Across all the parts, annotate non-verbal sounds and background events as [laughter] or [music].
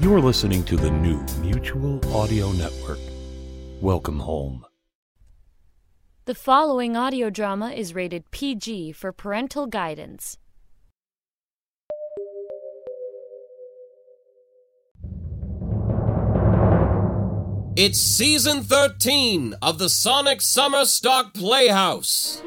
You are listening to the new Mutual Audio Network. Welcome home. The following audio drama is rated PG for parental guidance. It's season 13 of the Sonic Summer Stock Playhouse.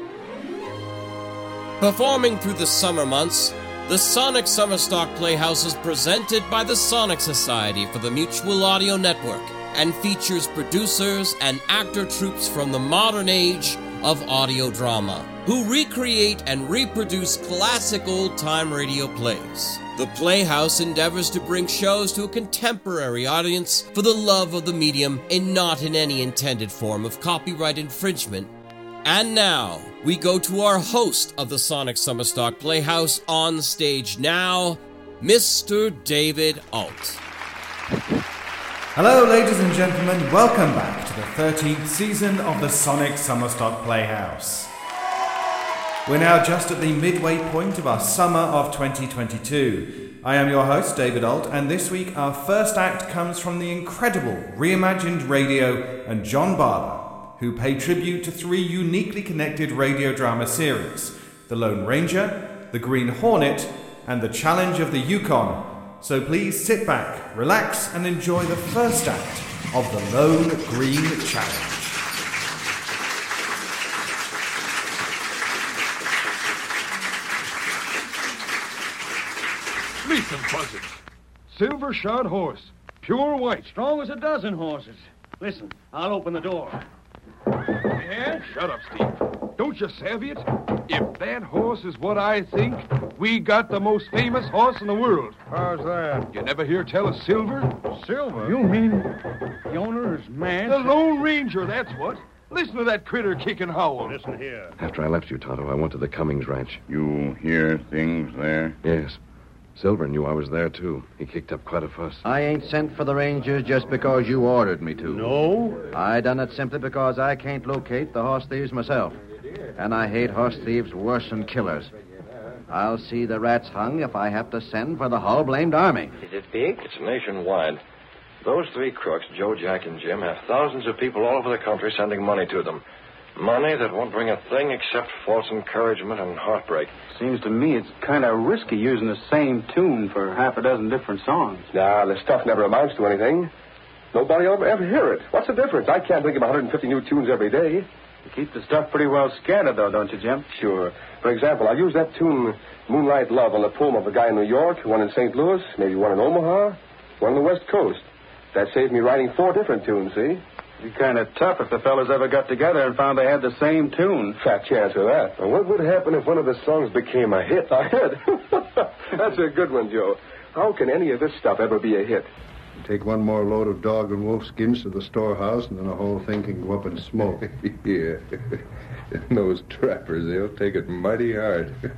Performing through the summer months, the Sonic Summer Stock Playhouse is presented by the Sonic Society for the Mutual Audio Network and features producers and actor troops from the modern age of audio drama who recreate and reproduce classic old time radio plays. The Playhouse endeavors to bring shows to a contemporary audience for the love of the medium and not in any intended form of copyright infringement. And now, we go to our host of the Sonic Summerstock Playhouse on stage now, Mr. David Alt. Hello, ladies and gentlemen, welcome back to the 13th season of the Sonic Summerstock Playhouse. We're now just at the midway point of our summer of 2022. I am your host, David Alt, and this week our first act comes from the incredible Reimagined Radio and John Barber, who pay tribute to three uniquely connected radio drama series The Lone Ranger, The Green Hornet, and The Challenge of the Yukon, so please sit back, relax, and enjoy the first act of the Lone Green Challenge. Meet them, buzzards. Silver shod horse, pure white. Strong as a dozen horses. Listen, I'll open the door. Yeah? Shut up, Steve. Don't you savvy it? If that horse is what I think, we got the most famous horse in the world. How's that? You never hear tell of Silver? Silver? You mean the owner is mad? The Lone Ranger, that's what. Listen to that critter kick and howl. Listen here. After I left you, Tonto, I went to the Cummings ranch. You hear things there? Yes. Silver knew I was there, too. He kicked up quite a fuss. I ain't sent for the Rangers just because you ordered me to. No? I done it simply because I can't locate the horse thieves myself. And I hate horse thieves worse than killers. I'll see the rats hung if I have to send for the whole blamed army. Is it big? It's nationwide. Those three crooks, Joe, Jack, and Jim, have thousands of people all over the country sending money to them. Money that won't bring a thing except false encouragement and heartbreak. Seems to me it's kind of risky using the same tune for half a dozen different songs. Nah, the stuff never amounts to anything. Nobody will ever, ever hear it. What's the difference? I can't think of 150 new tunes every day. You keep the stuff pretty well scattered, though, don't you, Jim? Sure. For example, I use that tune, Moonlight Love, on the poem of a guy in New York, one in St. Louis, maybe one in Omaha, one on the West Coast. That saved me writing four different tunes, see? It'd be kind of tough if the fellas ever got together and found they had the same tune. Fat chance of that. Now, what would happen if one of the songs became a hit? A hit? [laughs] That's a good one, Joe. How can any of this stuff ever be a hit? Take one more load of dog and wolf skins to the storehouse, and then the whole thing can go up in [laughs] smoke. yeah. [laughs] and those trappers, they'll take it mighty hard. [laughs]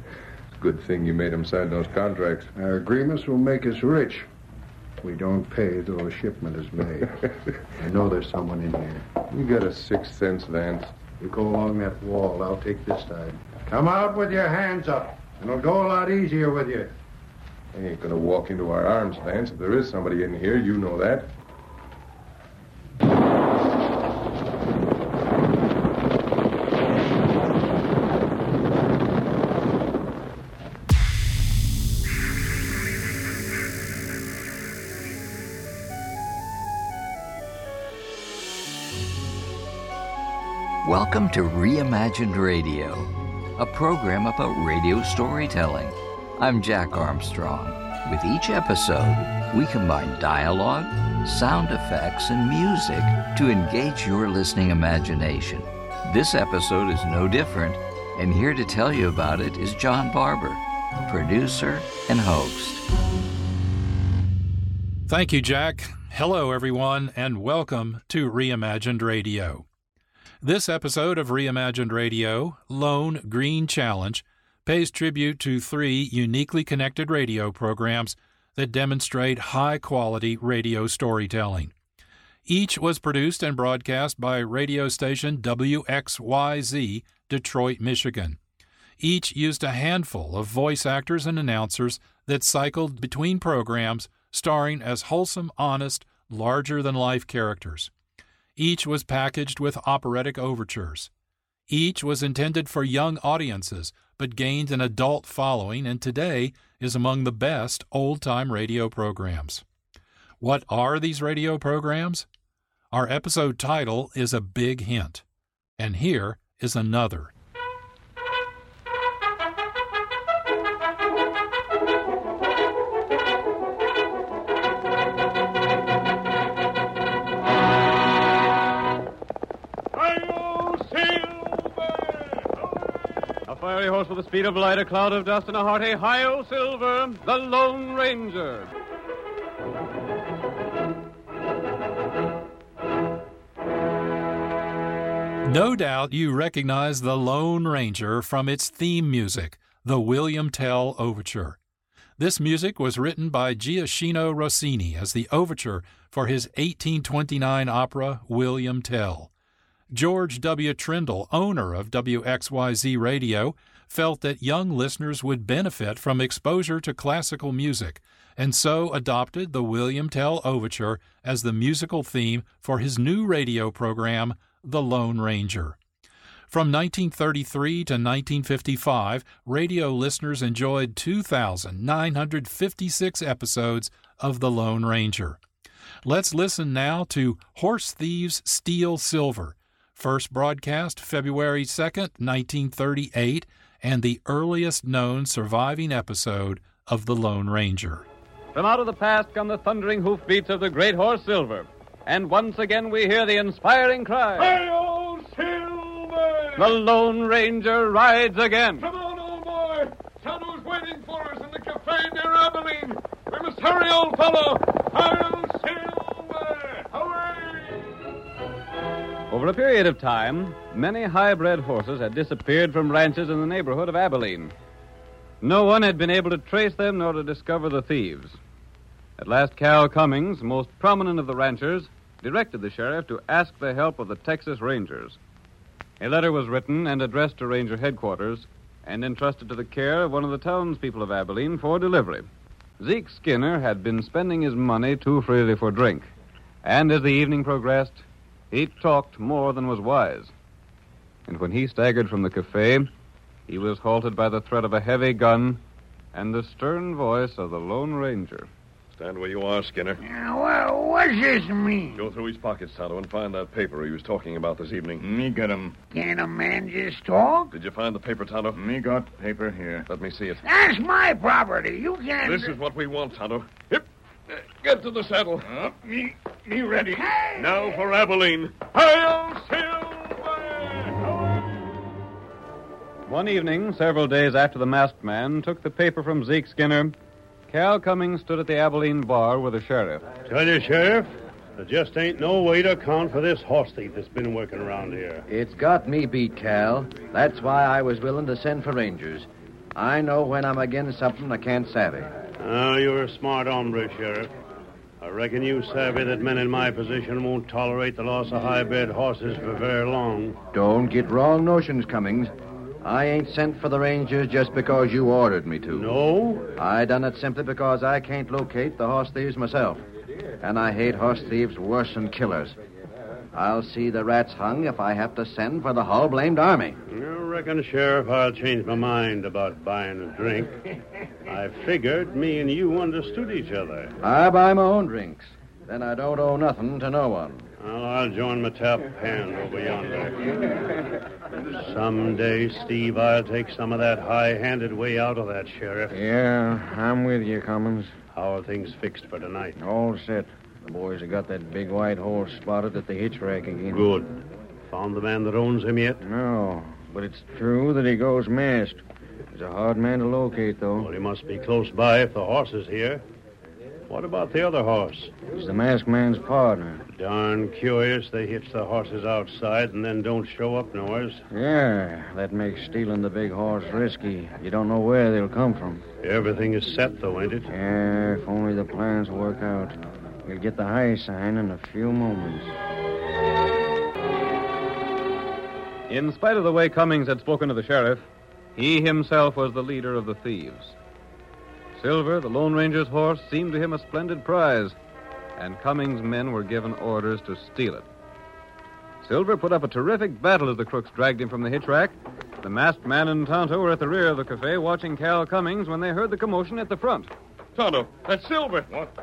Good thing you made 'em sign those contracts. Our agreements will make us rich. We don't pay till a shipment is [laughs] made. I know there's someone in here. You got a sixth sense, Vance. You go along that wall. I'll take this side. Come out with your hands up. It'll go a lot easier with you. I ain't gonna walk into our arms, Vance. If there is somebody in here, you know that. Welcome to Reimagined Radio, a program about radio storytelling. I'm Jack Armstrong. With each episode, we combine dialogue, sound effects, and music to engage your listening imagination. This episode is no different, and here to tell you about it is John Barber, producer and host. Thank you, Jack. Hello, everyone, and welcome to Reimagined Radio. This episode of Reimagined Radio, Lone Green Challenge, pays tribute to three uniquely connected radio programs that demonstrate high quality radio storytelling. Each was produced and broadcast by radio station WXYZ, Detroit, Michigan. Each used a handful of voice actors and announcers that cycled between programs starring as wholesome, honest, larger than life characters. Each was packaged with operatic overtures. Each was intended for young audiences, but gained an adult following and today is among the best old time radio programs. What are these radio programs? Our episode title is a big hint, and here is another. A fiery horse with the speed of light, a cloud of dust, and a hearty hi-yo silver, the Lone Ranger. No doubt you recognize the Lone Ranger from its theme music, the William Tell Overture. This music was written by Giacchino Rossini as the overture for his 1829 opera William Tell. George W. Trindle, owner of WXYZ Radio, felt that young listeners would benefit from exposure to classical music and so adopted the William Tell Overture as the musical theme for his new radio program, The Lone Ranger. From 1933 to 1955, radio listeners enjoyed 2,956 episodes of The Lone Ranger. Let's listen now to Horse Thieves Steal Silver, first broadcast February 2nd, 1938, and the earliest known surviving episode of The Lone Ranger. From out of the past come the thundering hoofbeats of the great horse Silver. And once again we hear the inspiring cry. Hi-yo, Silver! The Lone Ranger rides again. Come on, old boy! Tonto's waiting for us in the Cafe near Abilene. We must hurry, old fellow! Hi-yo, Silver! Hooray! Over a period of time, many high-bred horses had disappeared from ranches in the neighborhood of Abilene. No one had been able to trace them nor to discover the thieves. At last, Cal Cummings, most prominent of the ranchers, directed the sheriff to ask the help of the Texas Rangers. A letter was written and addressed to Ranger headquarters and entrusted to the care of one of the townspeople of Abilene for delivery. Zeke Skinner had been spending his money too freely for drink, and as the evening progressed, he talked more than was wise. And when he staggered from the cafe, he was halted by the threat of a heavy gun and the stern voice of the Lone Ranger. Stand where you are, Skinner. Well, what does this mean? Go through his pockets, Tonto, and find that paper he was talking about this evening. Me got 'em. Can a man just talk? Did you find the paper, Tonto? Me got paper here. Let me see it. That's my property. You can't. This is what we want, Tonto. Hip. Uh, Get to the saddle. Uh, me, me ready. Now for Abilene. Hi-yo, Silver! One evening, several days after the masked man took the paper from Zeke Skinner, Cal Cummings stood at the Abilene bar with the sheriff. Tell you, Sheriff, there just ain't no way to account for this horse thief that's been working around here. It's got me beat, Cal. That's why I was willing to send for Rangers. I know when I'm against something I can't savvy. Oh, you're a smart hombre, Sheriff. I reckon you savvy that men in my position won't tolerate the loss of high-bred horses for very long. Don't get wrong notions, Cummings. I ain't sent for the Rangers just because you ordered me to. No? I done it simply because I can't locate the horse thieves myself. And I hate horse thieves worse than killers. I'll see the rats hung if I have to send for the whole blamed army. You reckon, Sheriff, I'll change my mind about buying [laughs] a drink. I figured me and you understood each other. I buy my own drinks. Then I don't owe nothing to no one. Well, I'll join my tap hand [laughs] over yonder. Someday, Steve, I'll take some of that high-handed way out of that, Sheriff. Yeah, I'm with you, Cummins. How are things fixed for tonight? All set. The boys have got that big white horse spotted at the hitch rack again. Good. Found the man that owns him yet? No, but it's true that he goes masked. He's a hard man to locate, though. Well, he must be close by if the horse is here. What about the other horse? He's the masked man's partner. Darn curious they hitch the horses outside and then don't show up nowheres. Yeah, that makes stealing the big horse risky. You don't know where they'll come from. Everything is set, though, ain't it? Yeah, if only the plans work out. We'll get the high sign in a few moments. In spite of the way Cummings had spoken to the sheriff, he himself was the leader of the thieves. Silver, the Lone Ranger's horse, seemed to him a splendid prize, and Cummings' men were given orders to steal it. Silver put up a terrific battle as the crooks dragged him from the hitch rack. The masked man and Tonto were at the rear of the cafe watching Cal Cummings when they heard the commotion at the front. Tonto, that's Silver. What?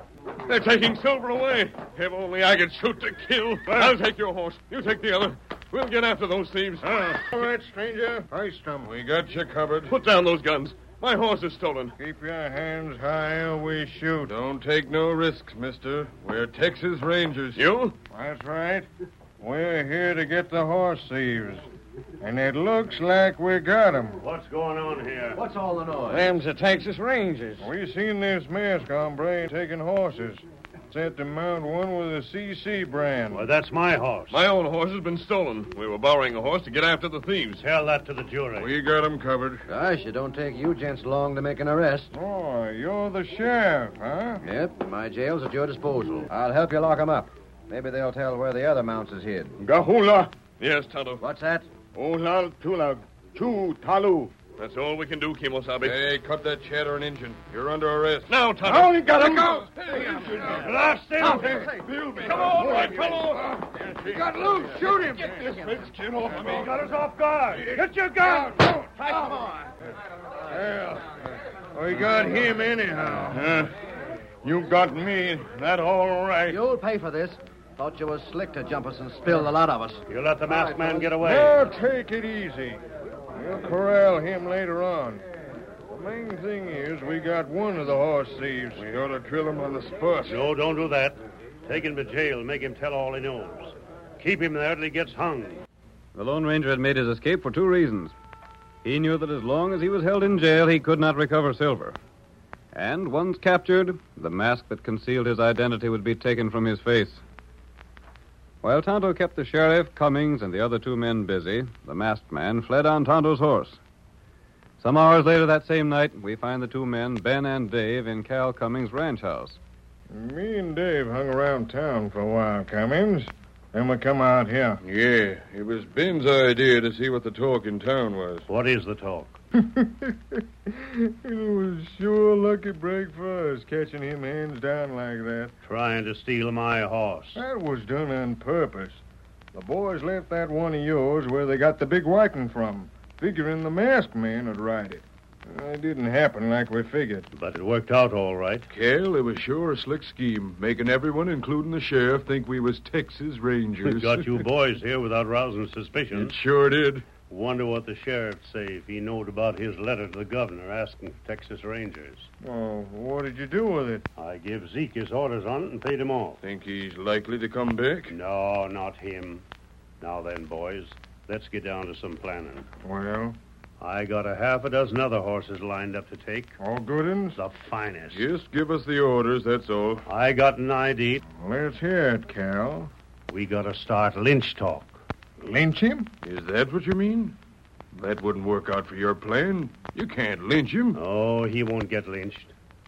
They're taking Silver away. If only I could shoot to kill. I'll take your horse. You take the other. We'll get after those thieves. All right, stranger. Face them. Ah. We got you covered. Put down those guns. My horse is stolen. Keep your hands high or we shoot. Don't take No risks, mister. We're Texas Rangers. You? That's right. We're here to get the horse thieves. And it looks like we got 'em. What's going on here? What's all the noise? Them's the Texas Rangers. We seen this mask hombre taking horses. Said to mount one with a CC brand. Well, that's my horse. My own horse has been stolen. We were borrowing a horse to get after the thieves. Tell that to the jury. We got 'em covered. Gosh, it don't take you gents long to make an arrest. Oh, you're the sheriff, huh? Yep, my jail's at your disposal. I'll help you lock 'em up. Maybe they'll tell where the other mounts is hid. Gahula. Yes, Tonto. What's that? Oh, Ulal Tulag. Chu Talu. That's all we can do, Kimosabe. Hey, cut that chatter and engine. You're under arrest. Now, Tonto. Oh, Now you got Let him. go. Blast him. Come on, my fellow. He got loose. Shoot him. Get this redskin off me. He got us off guard. Get your gun. Oh. Come on. We got him anyhow. you got me. That all right. You'll pay for this. Thought you was slick to jump us and spill the lot of us. You let the masked man get away. Now take it easy. We'll corral him later on. The main thing is we got one of the horse thieves. We ought to drill him on the spot. No, don't do that. Take him to jail and make him tell all he knows. Keep him there till he gets hung. The Lone Ranger had made his escape for two reasons. He knew that as long as he was held in jail, he could not recover silver. And once captured, the mask that concealed his identity would be taken from his face. While Tonto kept the sheriff, Cummings, and the other two men busy, the masked man fled on Tonto's horse. Some hours later that same night, we find the two men, Ben and Dave, in Cal Cummings' ranch house. Me and Dave hung around town for a while, Cummings. Then we come out here. Yeah, it was Ben's idea to see what the talk in town was. What is the talk? It was sure lucky break for us catching him hands down like that. Trying to steal my horse. That was done on purpose. The boys left that one of yours where they got the big whiting from, figuring the masked man would ride it. It didn't happen like we figured. But it worked out all right. Cal, it was sure a slick scheme, making everyone, including the sheriff, think we was Texas Rangers. We've [laughs] got you boys here without rousing suspicion. It sure did. Wonder what the sheriff'd say if he knowed about his letter to the governor asking for Texas Rangers. Oh, what did you do with it? I give Zeke his orders on it and paid him off. Think he's likely to come back? No, not him. Now then, boys, let's get down to some planning. Well, I got a half a dozen other horses lined up to take. all good uns? The finest. Just give us the orders, that's all. I got an ID. Let's hear it, Cal. We gotta start lynch talk. Lynch him? Is that what you mean? That wouldn't work out for your plan. You can't lynch him. Oh, he won't get lynched.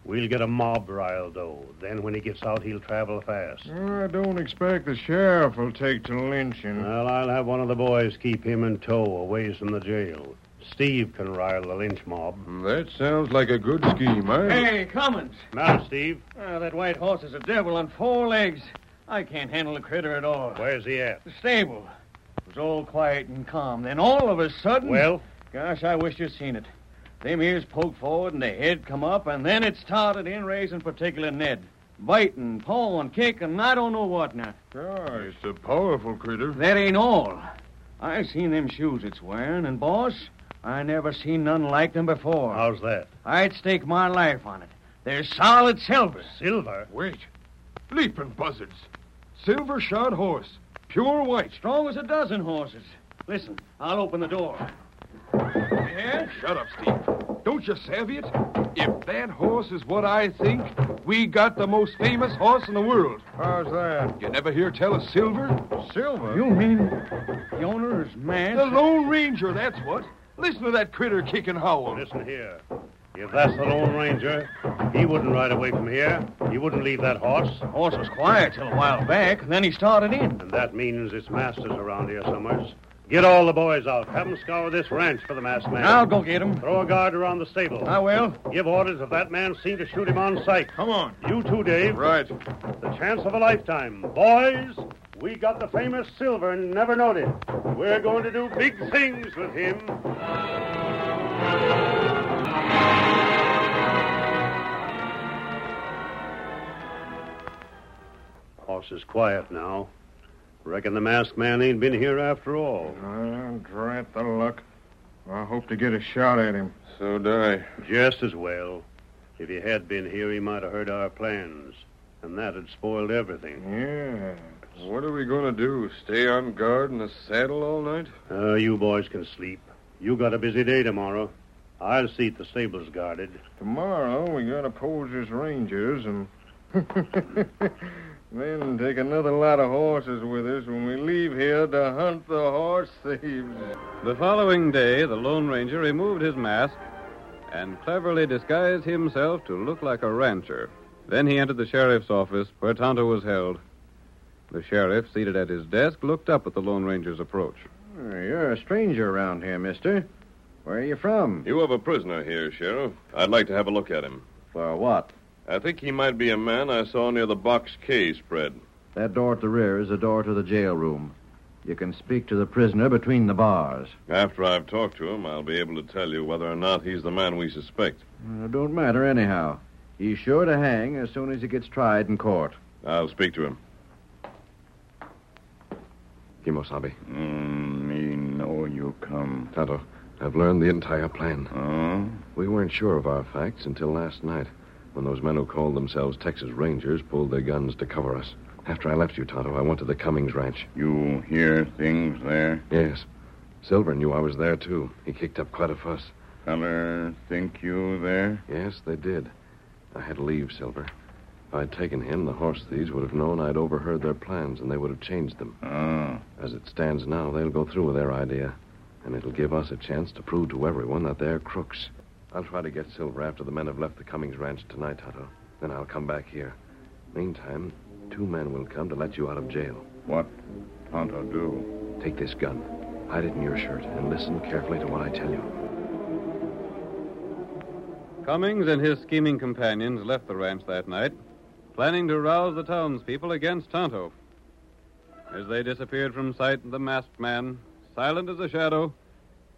We'll get a mob riled, though. Then when he gets out, he'll travel fast. I don't expect the sheriff will take to lynching. Well, I'll have one of the boys keep him in tow away from the jail. Steve can rile the lynch mob. That sounds like a good scheme, eh? Hey, Cummins. Now, Steve, Ah, that white horse is a devil on four legs. I can't handle the critter at all. where's he at? The stable. It was all quiet and calm. Then all of a sudden. Well? Gosh, I wish you'd seen it. Them ears poked forward and the head come up, and then it started in raising particular Ned. Biting, pawing, kicking, I don't know what now. Gosh. It's a powerful critter. That ain't all. I seen them shoes it's wearing, and boss, I never seen none like them before. How's that? I'd stake my life on it. They're solid silver. Silver? Wait. Leaping buzzards. Silver shod horse. Pure white. Strong as a dozen horses. Listen, I'll open the door. Yes? Shut up, Steve. Don't you savvy it? If that horse is what I think, we got the most famous horse in the world. How's that? You never hear tell of Silver? Silver? You mean the owner is mad? The Lone Ranger, that's what. Listen to that critter kick and howl. Listen here. If that's the Lone Ranger, he wouldn't ride away from here. He wouldn't leave that horse. horse was quiet till a while back, and then he started in. And that means its master's around here somewheres. Get all the boys out. Have 'em scour this ranch for the masked man. I'll go get 'em. Throw a guard around the stable. I will. Give orders if that man's seen to shoot him on sight. Come on. You too, Dave. Right. The chance of a lifetime. Boys, we got the famous Silver, never noted. We're going to do big things with him. Horse is quiet now. Reckon the masked man ain't been here after all. Oh, drat the luck. I hope to get a shot at him. So do I. Just as well. If he had been here, he might have heard our plans. And that had spoiled everything. Yeah. What are we going to do? Stay on guard in the saddle all night? Uh, you boys can sleep. You got a busy day tomorrow. I'll see that the stable's guarded. Tomorrow, we gotta pose as rangers and. [laughs] then take another lot of horses with us when we leave here to hunt the horse thieves. The following day, the Lone Ranger removed his mask and cleverly disguised himself to look like a rancher. Then he entered the sheriff's office, where Tonto was held. The sheriff, seated at his desk, looked up at the Lone Ranger's approach. You're a stranger around here, mister. Where are you from? You have a prisoner here, Sheriff. I'd like to have a look at him. For what? I think he might be a man I saw near the box K spread. That door at the rear is the door to the jail room. You can speak to the prisoner between the bars. After I've talked to him, I'll be able to tell you whether or not he's the man we suspect. It don't matter, anyhow. He's sure to hang as soon as he gets tried in court. I'll speak to him. Kimosabe. Mm, me know you come. Tonto, I've learned the entire plan. We weren't sure of our facts until last night, when those men who called themselves Texas Rangers pulled their guns to cover us. After I left you, Tonto, I went to the Cummings ranch. You hear things there? Yes. Silver knew I was there, too. He kicked up quite a fuss. Feller think you there? Yes, they did. I had to leave, Silver. If I'd taken him, the horse thieves would have known I'd overheard their plans, and they would have changed them. Oh. As it stands now, they'll go through with their idea, and it'll give us a chance to prove to everyone that they're crooks. I'll try to get Silver after the men have left the Cummings ranch tonight, Tonto. Then I'll come back here. Meantime, two men will come to let you out of jail. What Tonto do? Take this gun, hide it in your shirt, and listen carefully to what I tell you. Cummings and his scheming companions left the ranch that night, planning to rouse the townspeople against Tonto. As they disappeared from sight, the masked man, silent as a shadow,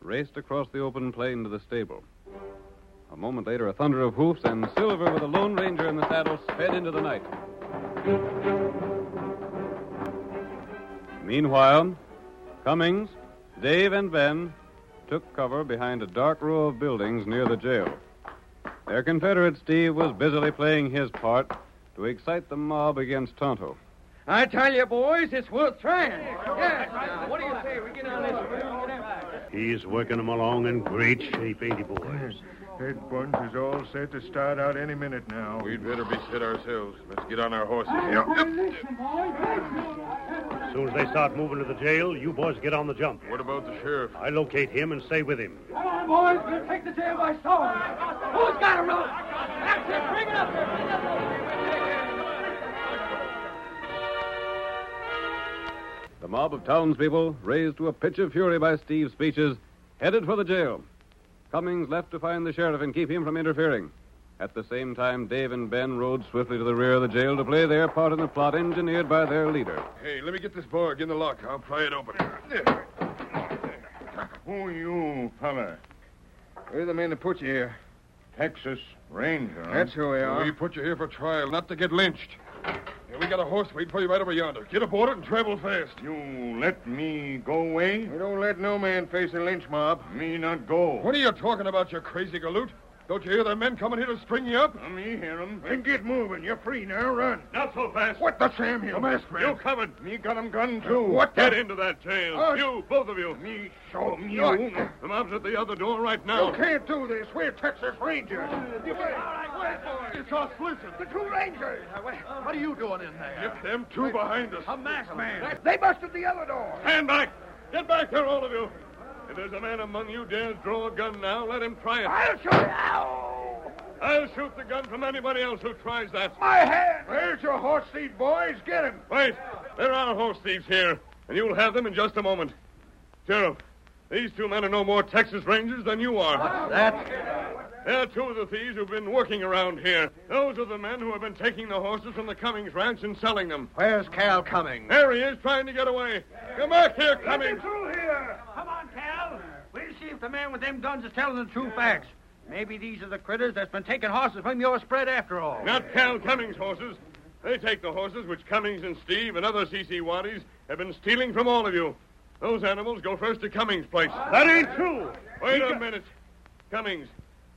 raced across the open plain to the stable. A moment later, a thunder of hoofs, and Silver, with a Lone Ranger in the saddle, sped into the night. Meanwhile, Cummings, Dave, and Ben took cover behind a dark row of buildings near the jail. Their Confederate Steve was busily playing his part to excite the mob against Tonto. I tell you, boys, it's worth trying. Yeah. What do you say? We get on this. We get out. He's working them along in great shape, ain't he, boys? That bunch is all set to start out any minute now. We'd better be set ourselves. Let's get on our horses. As soon as they start moving to the jail, you boys get on the jump. What about the sheriff? I locate him and stay with him. Come on, boys. We'll take the jail by storm. Who's got a rope? That's it. Bring it up here. Bring it up The mob of townspeople, raised to a pitch of fury by Steve's speeches, headed for the jail. Cummings left to find the sheriff and keep him from interfering. At the same time, Dave and Ben rode swiftly to the rear of the jail to play their part in the plot engineered by their leader. Hey, let me get this barg in the lock. I'll pry it open. Who you, fella? We're the men that put you here. Texas Ranger. That's who we are. We put you here for trial, not to get lynched. Hey, we got a horse waiting for you right over yonder. Get aboard it and travel fast. You let me go away? We don't let no man face a lynch mob. Me not go. What are you talking about, you crazy galoot? Don't you hear the men coming here to string you up? Let me hear them. Then get moving. You're free now. Run. Not so fast. What the Sam here? The masked man. You covered. Me got him gunned, too. What? Get into that jail. Us? You, both of you. Me show me. You. The mob's at the other door right now. You can't do this. We're Texas Rangers. It's us. Listen. The two Rangers. What are you doing in there? Get them two behind us. A masked man. They busted the other door. Stand back. Get back there, all of you. If there's a man among you dares draw a gun now, let him try it. I'll shoot. Ow! I'll shoot the gun from anybody else who tries that. My hand. There's your horse thief, boys. Get him. Wait, there are horse thieves here, and you'll have them in just a moment. Sheriff, these two men are no more Texas Rangers than you are. What's that? They're two of the thieves who've been working around here. Those are the men who have been taking the horses from the Cummings ranch and selling them. Where's Cal Cummings? There he is, trying to get away. Come back here, Cummings. through here! Come on, Cal! We'll see if the man with them guns is telling the true facts. Maybe these are the critters that's been taking horses from your spread after all. Not Cal Cummings' horses. They take the horses which Cummings and Steve and other CC Waddies have been stealing from all of you. Those animals go first to Cummings' place. That ain't true. Wait He a got- minute. Cummings,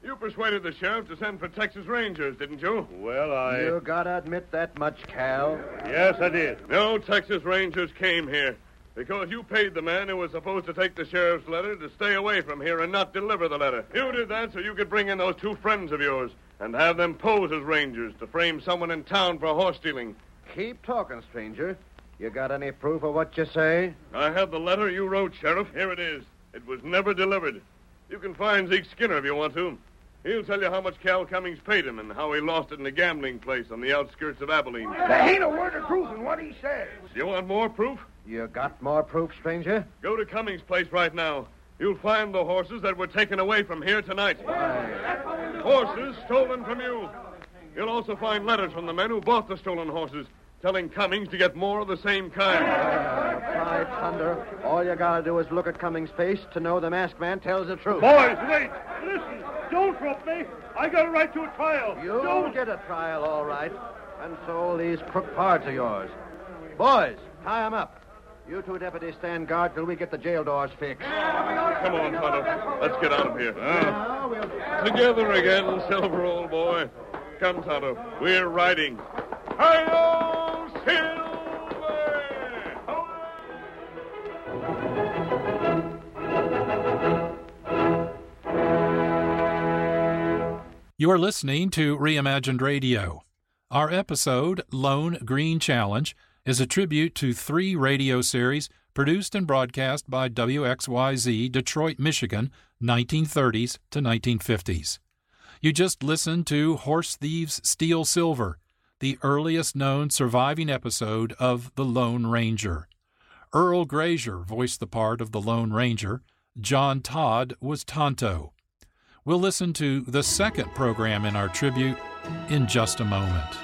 you persuaded the sheriff to send for Texas Rangers, didn't you? Well, You gotta admit that much, Cal. Yes, I did. No Texas Rangers came here because you paid the man who was supposed to take the sheriff's letter to stay away from here and not deliver the letter. You did that so you could bring in those two friends of yours and have them pose as Rangers to frame someone in town for horse stealing. Keep talking, stranger. You got any proof of what you say? I have the letter you wrote, Sheriff. Here it is. It was never delivered. You can find Zeke Skinner if you want to. He'll tell you how much Cal Cummings paid him and how he lost it in a gambling place on the outskirts of Abilene. There ain't a word of truth in what he says. Do you want more proof? You got more proof, stranger? Go to Cummings' place right now. You'll find the horses that were taken away from here tonight. Horses stolen from you. You'll also find letters from the men who bought the stolen horses telling Cummings to get more of the same kind. By thunder, all you gotta do is look at Cummings' face to know the masked man tells the truth. Boys, wait. Listen. Don't rope me. I got a right to a trial. You'll Don't. get a trial, all right. And so these crook pards of yours. Boys, tie 'em up. You two deputies stand guard till we get the jail doors fixed. Come on, Tonto. Let's get out of here. Together again, Silver, old boy. Come, Tonto. We're riding. Hi-yo, Silver! You are listening to Reimagined Radio. Our episode, Lone Green Challenge, is a tribute to three radio series produced and broadcast by WXYZ Detroit, Michigan, 1930s to 1950s. You just listened to Horse Thieves Steal Silver, the earliest known surviving episode of The Lone Ranger. Earl Grazier voiced the part of the Lone Ranger, John Todd was Tonto. We'll listen to the second program in our tribute in just a moment.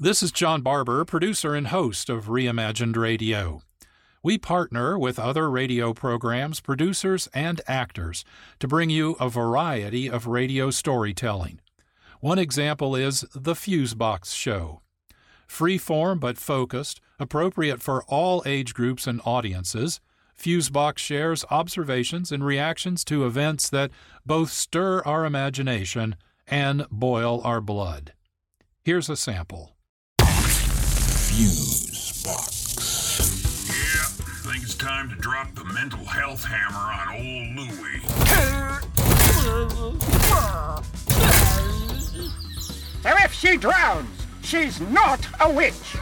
This is John Barber, producer and host of Reimagined Radio. We partner with other radio programs, producers, and actors to bring you a variety of radio storytelling. One example is The Fusebox Show. Freeform but focused, appropriate for all age groups and audiences, Fusebox shares observations and reactions to events that both stir our imagination and boil our blood. Here's a sample. I think it's time to drop the mental health hammer on old Louie. Now, if she drowns, she's not a witch.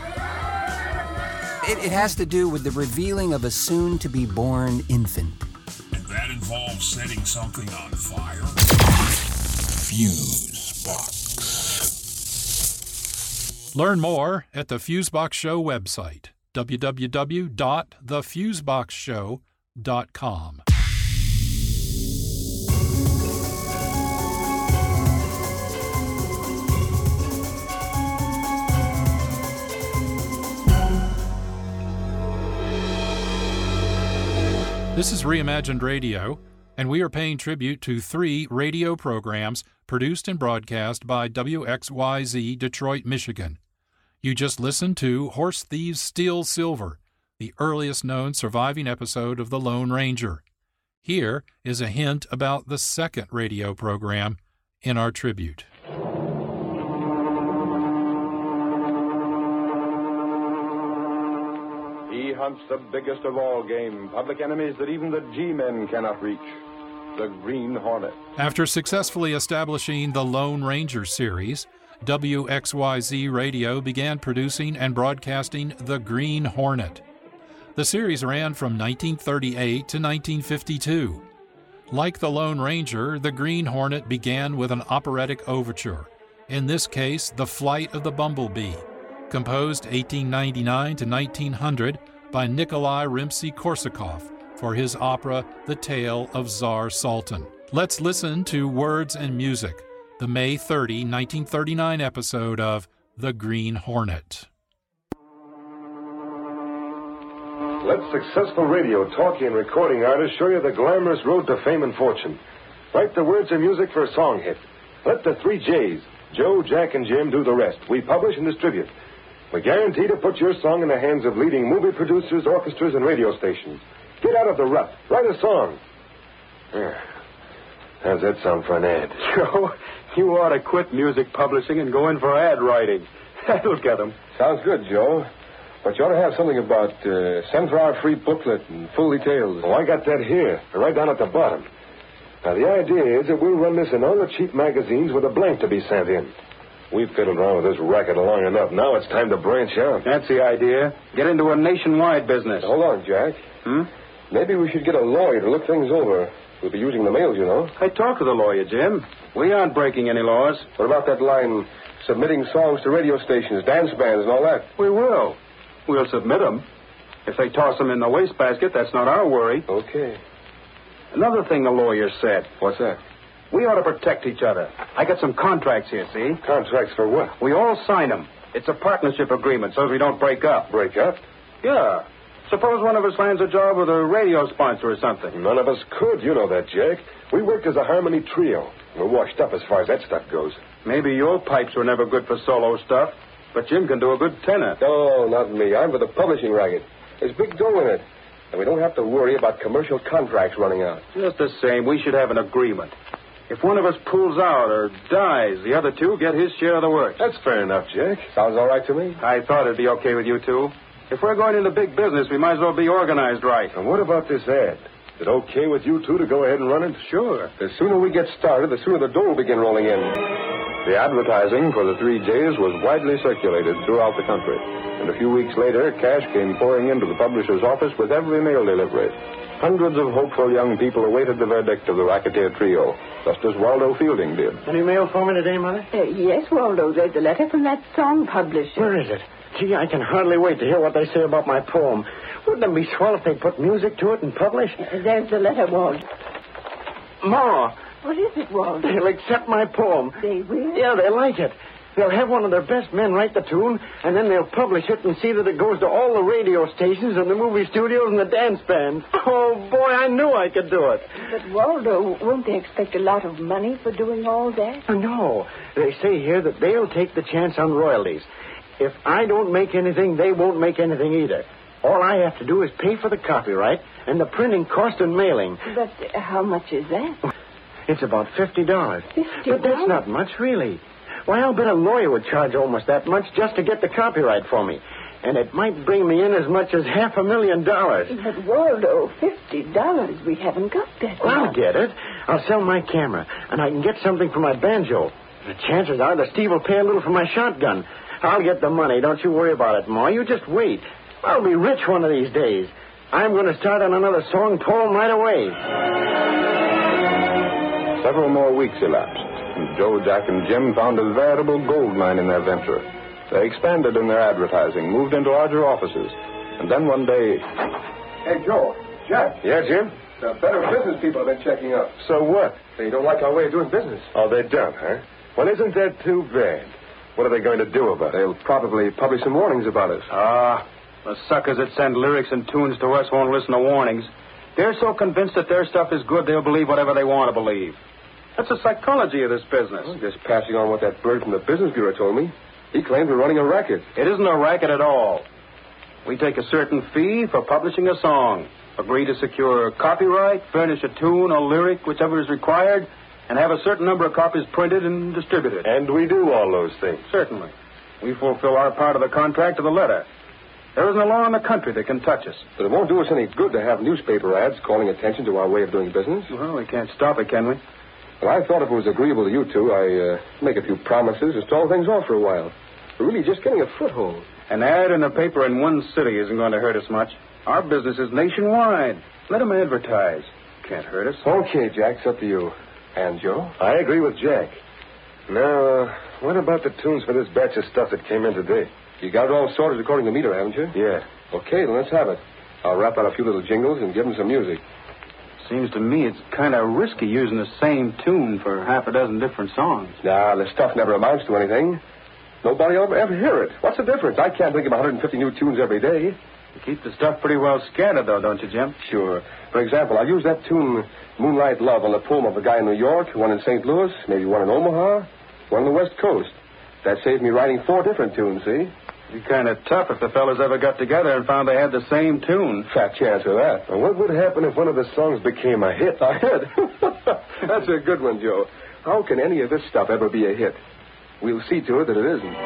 It, it has to do with the revealing of a soon to be born infant. And that involves setting something on fire. Fuse Box. Learn more at the Fusebox Show website, www.thefuseboxshow.com. This is Reimagined Radio, and we are paying tribute to three radio programs produced and broadcast by WXYZ Detroit, Michigan. You just listened to Horse Thieves Steal Silver, the earliest known surviving episode of The Lone Ranger. Here is a hint about the second radio program in our tribute. He hunts the biggest of all game, public enemies that even the G men cannot reach the Green Hornet. After successfully establishing the Lone Ranger series, WXYZ Radio began producing and broadcasting The Green Hornet. The series ran from 1938 to 1952. Like The Lone Ranger, The Green Hornet began with an operatic overture, in this case, The Flight of the Bumblebee, composed 1899 to 1900 by Nikolai Rimsky Korsakov for his opera The Tale of Tsar Sultan. Let's listen to Words and Music, the May 30, 1939 episode of The Green Hornet. Let successful radio, talking, and recording artists show you the glamorous road to fame and fortune. Write the words and music for a song hit. Let the three J's, Joe, Jack, and Jim, do the rest. We publish and distribute. We guarantee to put your song in the hands of leading movie producers, orchestras, and radio stations. Get out of the rut. Write a song. Yeah. How's that sound for an ad? [laughs] Joe, you ought to quit music publishing and go in for [laughs] ad writing. That'll get 'em. Sounds good, Joe. But you ought to have something about uh, send for our free booklet and full details. Oh, I got that here, right down at the bottom. Now, the idea is that we'll run this in all the cheap magazines with a blank to be sent in. We've fiddled around with this racket long enough. Now it's time to branch out. That's the idea. Get into a nationwide business. Hold on, Jack. Hmm? Maybe we should get a lawyer to look things over. We'll be using the mail, you know. I talked to the lawyer, Jim. We aren't breaking any laws. What about that line, submitting songs to radio stations, dance bands, and all that? We will. We'll submit 'em. If they toss 'em in the wastebasket, that's not our worry. Okay. Another thing the lawyer said. What's that? We ought to protect each other. I got some contracts here, see? Contracts for what? We all sign 'em. It's a partnership agreement, so's we don't break up. Break up? Yeah. Suppose one of us lands a job with a radio sponsor or something. None of us could. You know that, Jack. We worked as a harmony trio. We're washed up as far as that stuff goes. Maybe your pipes were never good for solo stuff, but Jim can do a good tenor. No, not me. I'm for the publishing racket. There's big dough in it. And we don't have to worry about commercial contracts running out. Just the same, we should have an agreement. If one of us pulls out or dies, the other two get his share of the work. That's fair enough, Jack. Sounds all right to me. I thought it'd be okay with you two. If we're going into big business, we might as well be organized right. And what about this ad? Is it okay with you two to go ahead and run it? Sure. The sooner we get started, the sooner the dough will begin rolling in. The advertising for the three J's was widely circulated throughout the country, and a few weeks later, cash came pouring into the publisher's office with every mail delivery. Hundreds of hopeful young people awaited the verdict of the racketeer trio, just as Waldo Fielding did. Any mail for me today, Mother? Uh, yes, Waldo, there's a letter from that song publisher. Where is it? Gee, I can hardly wait to hear what they say about my poem. Wouldn't it be swell if they put music to it and published? Uh, There's the letter, Walt. Ma, What is it, Walt? [laughs] they'll accept my poem. They will? Yeah, they like it. They'll have one of their best men write the tune, and then they'll publish it and see that it goes to all the radio stations and the movie studios and the dance bands. Oh, boy, I knew I could do it. But, Waldo, won't they expect a lot of money for doing all that? Uh, No, they say here that they'll take the chance on royalties. If I don't make anything, they won't make anything either. All I have to do is pay for the copyright and the printing cost and mailing. But uh, how much is that? It's about fifty dollars. But $50? that's not much, really. Why, I'll bet a lawyer would charge almost that much just to get the copyright for me. And it might bring me in as much as half a million dollars. But, Waldo, $50. We haven't got that. Well, I'll much. get it. I'll sell my camera, and I can get something for my banjo. The chances are that Steve will pay a little for my shotgun. I'll get the money. Don't you worry about it, Ma. You just wait. I'll be rich one of these days. I'm going to start on another song poem right away. Several more weeks elapsed, and Joe, Jack, and Jim found a veritable gold mine in their venture. They expanded in their advertising, moved into larger offices, and then one day. Hey, Joe. Jack. Yeah, Jim? The better business people have been checking up. So what? They don't like our way of doing business. Oh, they don't, huh? Well, isn't that too bad? What are they going to do about it? They'll probably publish some warnings about us. Ah, the suckers that send lyrics and tunes to us won't listen to warnings. They're so convinced that their stuff is good, they'll believe whatever they want to believe. That's the psychology of this business. Just passing on what that bird from the business bureau told me. He claims we're running a racket. It isn't a racket at all. We take a certain fee for publishing a song, agree to secure copyright, furnish a tune, a lyric, whichever is required, and have a certain number of copies printed and distributed. And we do all those things. Certainly. We fulfill our part of the contract to the letter. There isn't a law in the country that can touch us. But it won't do us any good to have newspaper ads calling attention to our way of doing business. Well, we can't stop it, can we? Well, I thought if it was agreeable to you two, I uh, make a few promises to stall things off for a while. We're really just getting a foothold. An ad in a paper in one city isn't going to hurt us much. Our business is nationwide. Let 'em advertise. Can't hurt us. Okay, Jack, it's up to you. And Joe? I agree with Jack. Now, uh, what about the tunes for this batch of stuff that came in today? You got it all sorted according to meter, haven't you? Yeah. Okay, then let's have it. I'll rap out a few little jingles and give them some music. Seems to me it's kind of risky using the same tune for half a dozen different songs. Nah, the stuff never amounts to anything. Nobody will ever- ever hear it. What's the difference? I can't think of 150 new tunes every day. You keep the stuff pretty well scattered, though, don't you, Jim? Sure. For example, I use that tune, Moonlight Love, on the poem of a guy in New York, one in St. Louis, maybe one in Omaha, one on the West Coast. That saved me writing four different tunes, see? It'd be kind of tough if the fellas ever got together and found they had the same tune. Fat chance of that. Now, what would happen if one of the songs became a hit? A hit? [laughs] That's a good one, Joe. How can any of this stuff ever be a hit? We'll see to it that it isn't.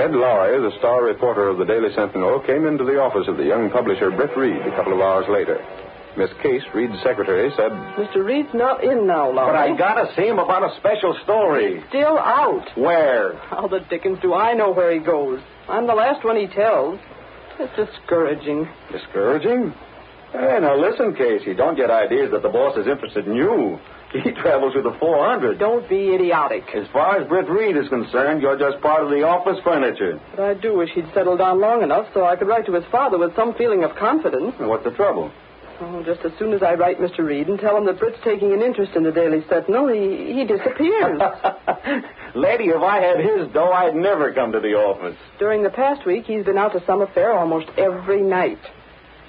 Ed Lowry, the star reporter of the Daily Sentinel, came into the office of the young publisher Britt Reed a couple of hours later. Miss Case, Reed's secretary, said, Mr. Reed's not in now, Laura. But I gotta see him about a special story. Still out. Where? How the dickens do I know where he goes? I'm the last one he tells. It's discouraging. Discouraging? Hey, now listen, Casey. Don't get ideas that the boss is interested in you. He [laughs] travels with the 400. Don't be idiotic. As far as Britt Reed is concerned, you're just part of the office furniture. But I do wish he'd settled down long enough so I could write to his father with some feeling of confidence. What's the trouble? Oh, just as soon as I write Mr. Reed and tell him that Britt's taking an interest in the Daily Sentinel, he, [laughs] he disappears. Lady, if I had his dough, I'd never come to the office. During the past week, he's been out to some affair almost every night.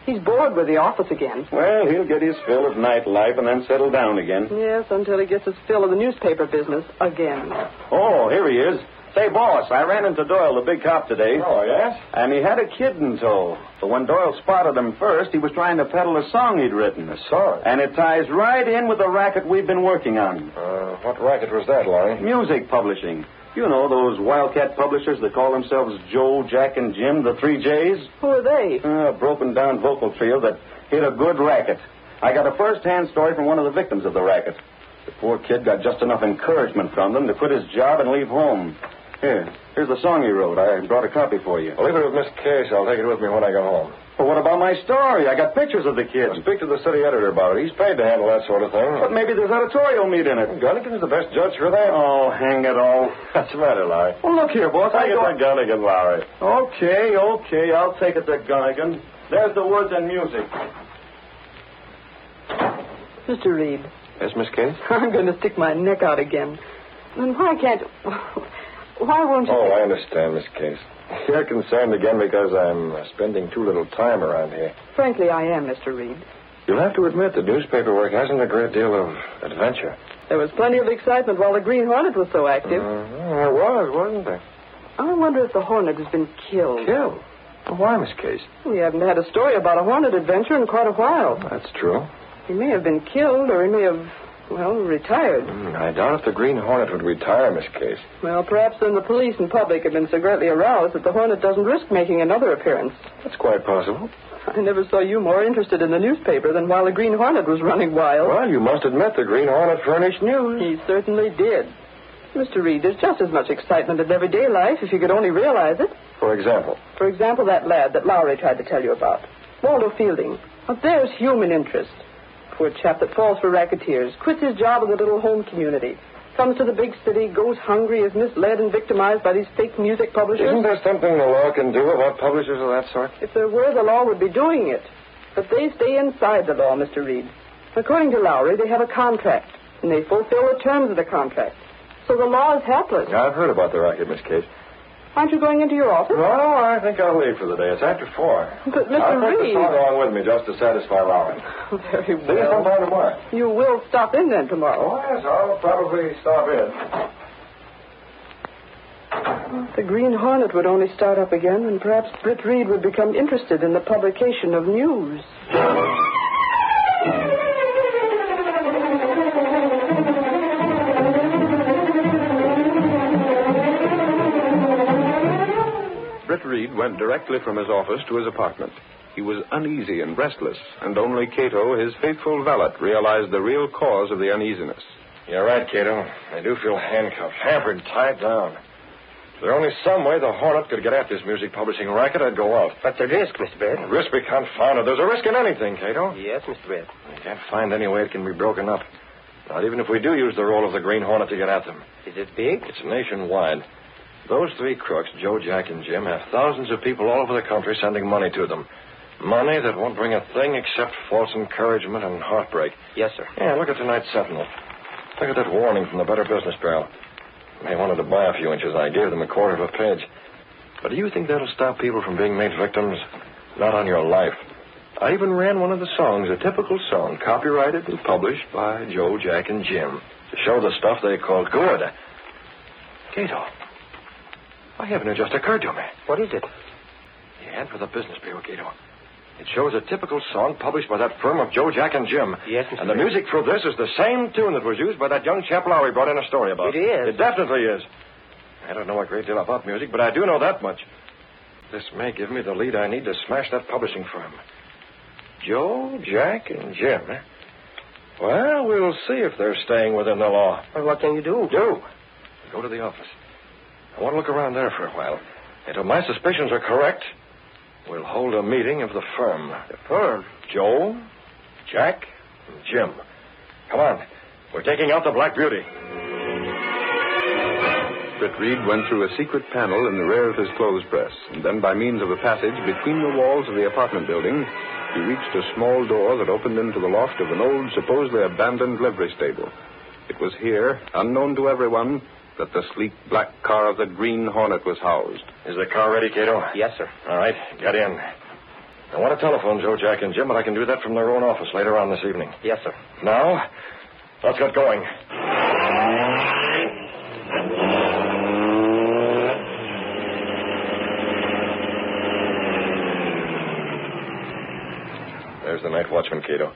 He's bored with the office again. Well, he'll get his fill of nightlife and then settle down again. Yes, until he gets his fill of the newspaper business again. Oh, here he is. Say, boss, I ran into Doyle, the big cop, today. Oh, yes? And he had a kid in tow. But when Doyle spotted him first, he was trying to peddle a song he'd written. I saw it. And it ties right in with the racket we've been working on. Uh, what racket was that, Larry? Music publishing. You know those wildcat publishers that call themselves Joe, Jack, and Jim, the three J's? Uh, Who are they? A broken down vocal trio that hit a good racket. I got a first hand story from one of the victims of the racket. The poor kid got just enough encouragement from them to quit his job and leave home. Here, here's the song he wrote. I brought a copy for you. Leave it with Miss Case. I'll take it with me when I go home. Well, what about my story? I got pictures of the kid. Speak to the city editor about it. He's paid to handle that sort of thing. But maybe there's editorial meat in it. Gunnigan's the best judge for that. Oh, hang it [laughs] all. What's the matter, Larry? Well, look here, boss. Take it go- to Gunnigan, Larry. Okay, okay. I'll take it to Gunnigan. There's the words and music. Mr. Reed, [laughs] Yes, Miss Case? I'm going to stick my neck out again. Then why can't. [laughs] Why won't you. Oh, I understand, Miss Case. You're concerned again because I'm uh, spending too little time around here. Frankly, I am, Mr. Reed. You'll have to admit the newspaper work hasn't a great deal of adventure. There was plenty of excitement while the Green Hornet was so active. Mm-hmm. There was, wasn't there? I wonder if the Hornet has been killed. Killed? Why, Miss Case? We haven't had a story about a Hornet adventure in quite a while. That's true. He may have been killed, or he may have, well, retired. Hmm, I doubt if the Green Hornet would retire, Miss Case. Well, perhaps then the police and public have been so greatly aroused that the Hornet doesn't risk making another appearance. That's quite possible. I never saw you more interested in the newspaper than while the Green Hornet was running wild. Well, you must admit the Green Hornet furnished news. He certainly did. Mr. Reed, there's just as much excitement in everyday life if you could only realize it. For example, For example, that lad that Lowry tried to tell you about, Waldo Fielding. Now, there's human interest. Poor chap that falls for racketeers, quits his job in the little home community, comes to the big city, goes hungry, is misled and victimized by these fake music publishers. isn't there something the law can do about publishers of that sort? If there were, the law would be doing it. But they stay inside the law, Mr. Reed. According to Lowry, they have a contract, and they fulfill the terms of the contract. So the law is helpless. I've heard about the racket, Miss Case. Aren't you going into your office? No, I think I'll leave for the day. It's after four. But, Mr. I'll take the Reed. song along with me just to satisfy Lowry. Very See you well. sometime tomorrow. You will stop in then tomorrow. Yes, I'll probably stop in. If the Green Hornet would only start up again, and perhaps Britt Reed would become interested in the publication of news. Britt Reed went directly from his office to his apartment. He was uneasy and restless, And only Cato, his faithful valet, realized the real cause of the uneasiness. You're right, Cato. I do feel handcuffed, hampered, tied down. If there only some way the Hornet could get at this music publishing racket, I'd go out. But the risk, Mr. Baird. Risk be confounded. Oh, There's a risk in anything, Cato. Yes, Mr. Baird. We can't find any way it can be broken up. Not even if we do use the role of the Green Hornet to get at them. Is it big? It's nationwide. Those three crooks, Joe, Jack, and Jim, have thousands of people all over the country sending money to them. Money that won't bring a thing except false encouragement and heartbreak. Yes, sir. Yeah, look at tonight's Sentinel. Look at that warning from the Better Business Bureau. They wanted to buy a few inches. I gave them a quarter of a page. But do you think that'll stop people from being made victims? Not on your life. I even ran one of the songs, a typical song, copyrighted and published by Joe, Jack, and Jim, to show the stuff they call good. Cato, why haven't it just occurred to me? What is it? The ad for the Business Bureau, Cato. It shows a typical song published by that firm of Joe, Jack, and Jim. Yes, And the music for this is the same tune that was used by that young chap Lowry brought in a story about. It is. It definitely is. I don't know a great deal about music, but I do know that much. This may give me the lead I need to smash that publishing firm. Joe, Jack, and Jim. eh? Well, we'll see if they're staying within the law. Well, what can you do? Do? Go to the office. I want to look around there for a while. Until my suspicions are correct, we'll hold a meeting of the firm. The firm? Joe, Jack, and Jim. Come on. We're taking out the Black Beauty. Britt Reed went through a secret panel in the rear of his clothes press, and then by means of a passage between the walls of the apartment building, she reached a small door that opened into the loft of an old, supposedly abandoned livery stable. It was here, unknown to everyone, that the sleek black car of the Green Hornet was housed. Is the car ready, Cato? Yes, sir. All right, get in. I want to telephone Joe, Jack, and Jim, but I can do that from their own office later on this evening. Yes, sir. Now, let's get going. There's the night watchman, Cato.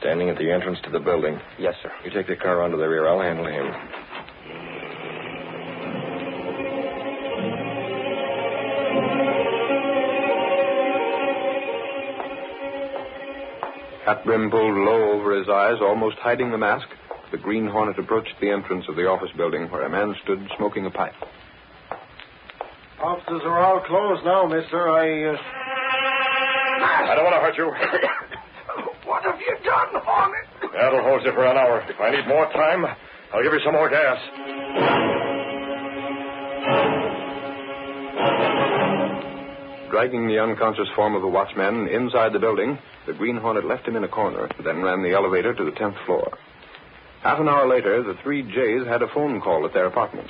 Standing at the entrance to the building. Yes, sir. You take the car onto the rear. I'll handle him. Hat brim pulled low over his eyes, almost hiding the mask, the Green Hornet approached the entrance of the office building where a man stood smoking a pipe. Offices are all closed now, mister. I, uh... I don't want to hurt you. What have you done, Hornet? That'll hold you for an hour. If I need more time, I'll give you some more gas. Dragging the unconscious form of the watchman inside the building, the Green Hornet left him in a corner, then ran the elevator to the 10th floor. Half an hour later, the three Jays had a phone call at their apartment.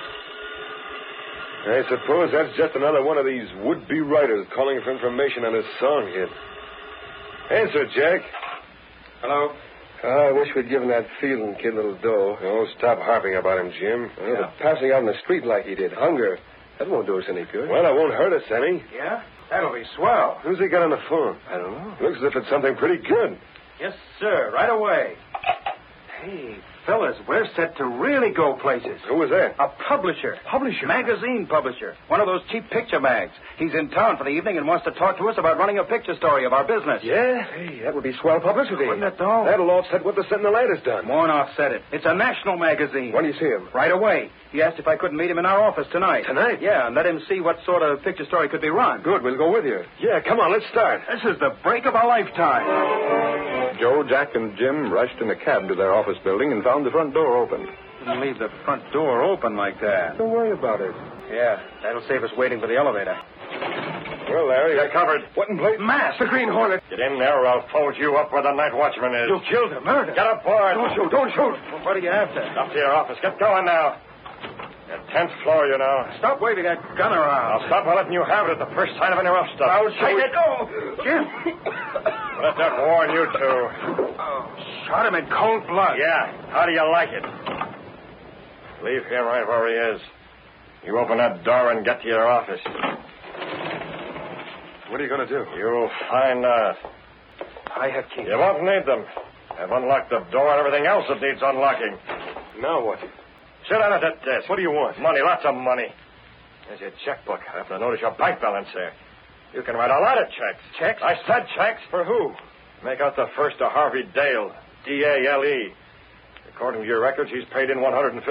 I suppose that's just another one of these would-be writers calling for information on his song hit. Answer, Jack. Hello. I wish we'd given that Fielding kid a little dough. Oh, stop harping about him, Jim. Yeah. Passing out in the street like he did. Hunger. That won't do us any good. Well, it won't hurt us any. Yeah? That'll be swell. Who's he got on the phone? I don't know. Looks as if it's something pretty good. Yes, sir. Right away. Hey, fellas, we're set to really go places. Who was that? A publisher. Publisher? Magazine publisher. One of those cheap picture mags. He's in town for the evening and wants to talk to us about running a picture story of our business. Yeah? Hey, that would be swell publicity. Wouldn't it, though? That'll offset what the Sentinel ad has done. Warren offset it. It's a national magazine. When do you see him? Right away. He asked if I couldn't meet him in our office tonight. Tonight? Yeah, and let him see what sort of picture story could be run. Good, we'll go with you. Yeah, come on, let's start. This is the break of a lifetime. Joe, Jack, and Jim rushed in a cab to their office building and found the front door open. Didn't leave the front door open like that. Don't worry about it. Yeah, that'll save us waiting for the elevator. Well, Larry, You're covered. What in place? Mask. The Green Hornet. Get in there or I'll fold you up where the night watchman is. You killed him, murder. Get aboard. Don't shoot, don't shoot. Well, what are you after? Up to your office. Get going now. You're 10th floor, you know. Stop waving that gun around. I'll stop by letting you have it at the first sign of any rough stuff. I'll Take shoot. it. Go. Jim. Let that warn you two. Oh, Shot him in cold blood. Yeah. How do you like it? Leave him right where he is. You open that door and get to your office. What are you going to do? You'll find out. I have keys. You won't need them. I've unlocked the door and everything else that needs unlocking. Now what? Sit down at that desk. What do you want? Money, lots of money. There's your checkbook. I happen to notice your bank balance there. You can write a lot of checks. Checks? I said checks. For who? Make out the first to Harvey Dale. D A L E. According to your records, he's paid in $150.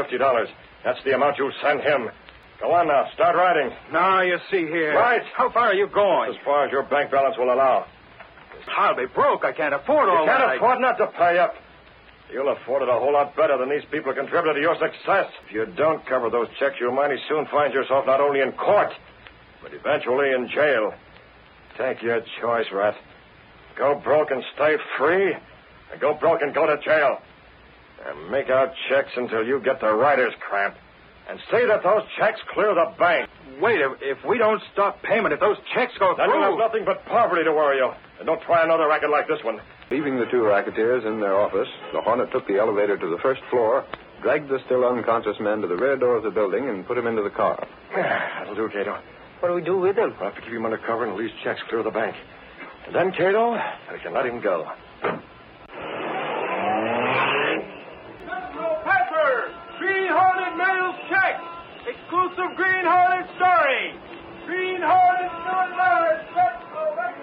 That's the amount you send him. Go on now. Start writing. Now you see here. Right. How far are you going? As far as your bank balance will allow. I'll be broke. I can't afford all you can't that. afford not to pay up. You'll afford it a whole lot better than these people contributed to your success. If you don't cover those checks, you'll mighty soon find yourself not only in court, but eventually in jail. Take your choice, Rat. Go broke and stay free, or go broke and go to jail. And make out checks until you get the writer's cramp. And see that those checks clear the bank. Wait, if, if we don't stop payment, if those checks go then through- you'll have nothing but poverty to worry you. And don't try another racket like this one. Leaving the two racketeers in their office, the Hornet took the elevator to the first floor, dragged the still unconscious man to the rear door of the building, and put him into the car. That'll do, Cato. What do we do with him? We'll have to keep him under cover and at least checks clear the bank. And then, Cato, we can let him go. Pepper! Green Hornet Mail's check! Exclusive Green Hornet story! Green Hornet not large! Let's go back!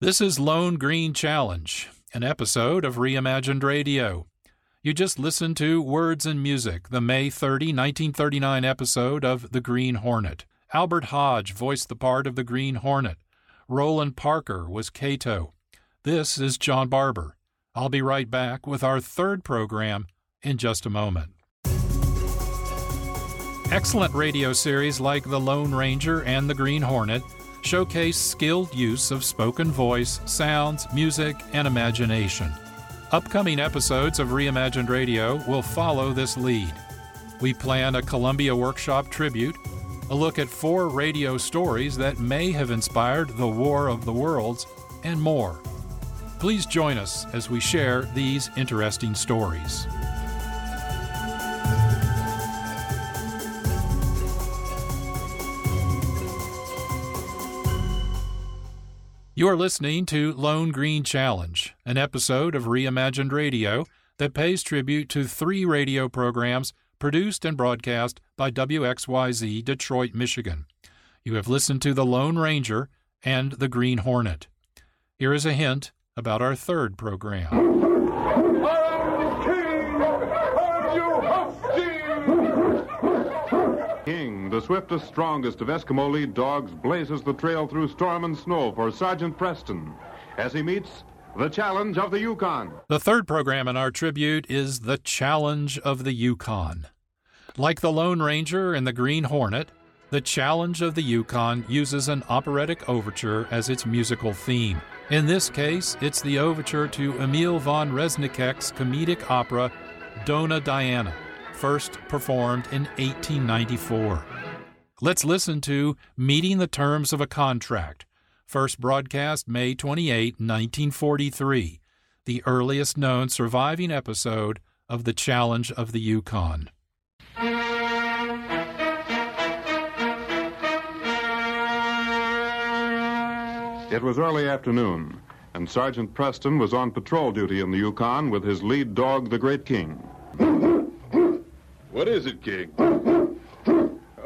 This is Lone Green Challenge, an episode of Reimagined Radio. You just listened to Words and Music, the May 30, 1939 episode of The Green Hornet. Albert Hodge voiced the part of the Green Hornet. Roland Parker was Cato. This is John Barber. I'll be right back with our third program in just a moment. Excellent radio series like The Lone Ranger and The Green Hornet showcase skilled use of spoken voice, sounds, music, and imagination. Upcoming episodes of Reimagined Radio will follow this lead. We plan a Columbia Workshop tribute, a look at four radio stories that may have inspired the War of the Worlds, and more. Please join us as we share these interesting stories. You are listening to Lone Green Challenge, an episode of Reimagined Radio that pays tribute to three radio programs produced and broadcast by WXYZ Detroit, Michigan. You have listened to The Lone Ranger and The Green Hornet. Here is a hint about our third program. King, the swiftest, strongest of Eskimo lead dogs, blazes the trail through storm and snow for Sergeant Preston as he meets the challenge of the Yukon. The third program in our tribute is The Challenge of the Yukon. Like the Lone Ranger and the Green Hornet, The Challenge of the Yukon uses an operatic overture as its musical theme. In this case, it's the overture to Emil von Reznikek's comedic opera Dona Diana, first performed in 1894. Let's listen to Meeting the Terms of a Contract, first broadcast May 28, 1943, the earliest known surviving episode of The Challenge of the Yukon. It was early afternoon, and Sergeant Preston was on patrol duty in the Yukon with his lead dog, the Great King. What is it, King?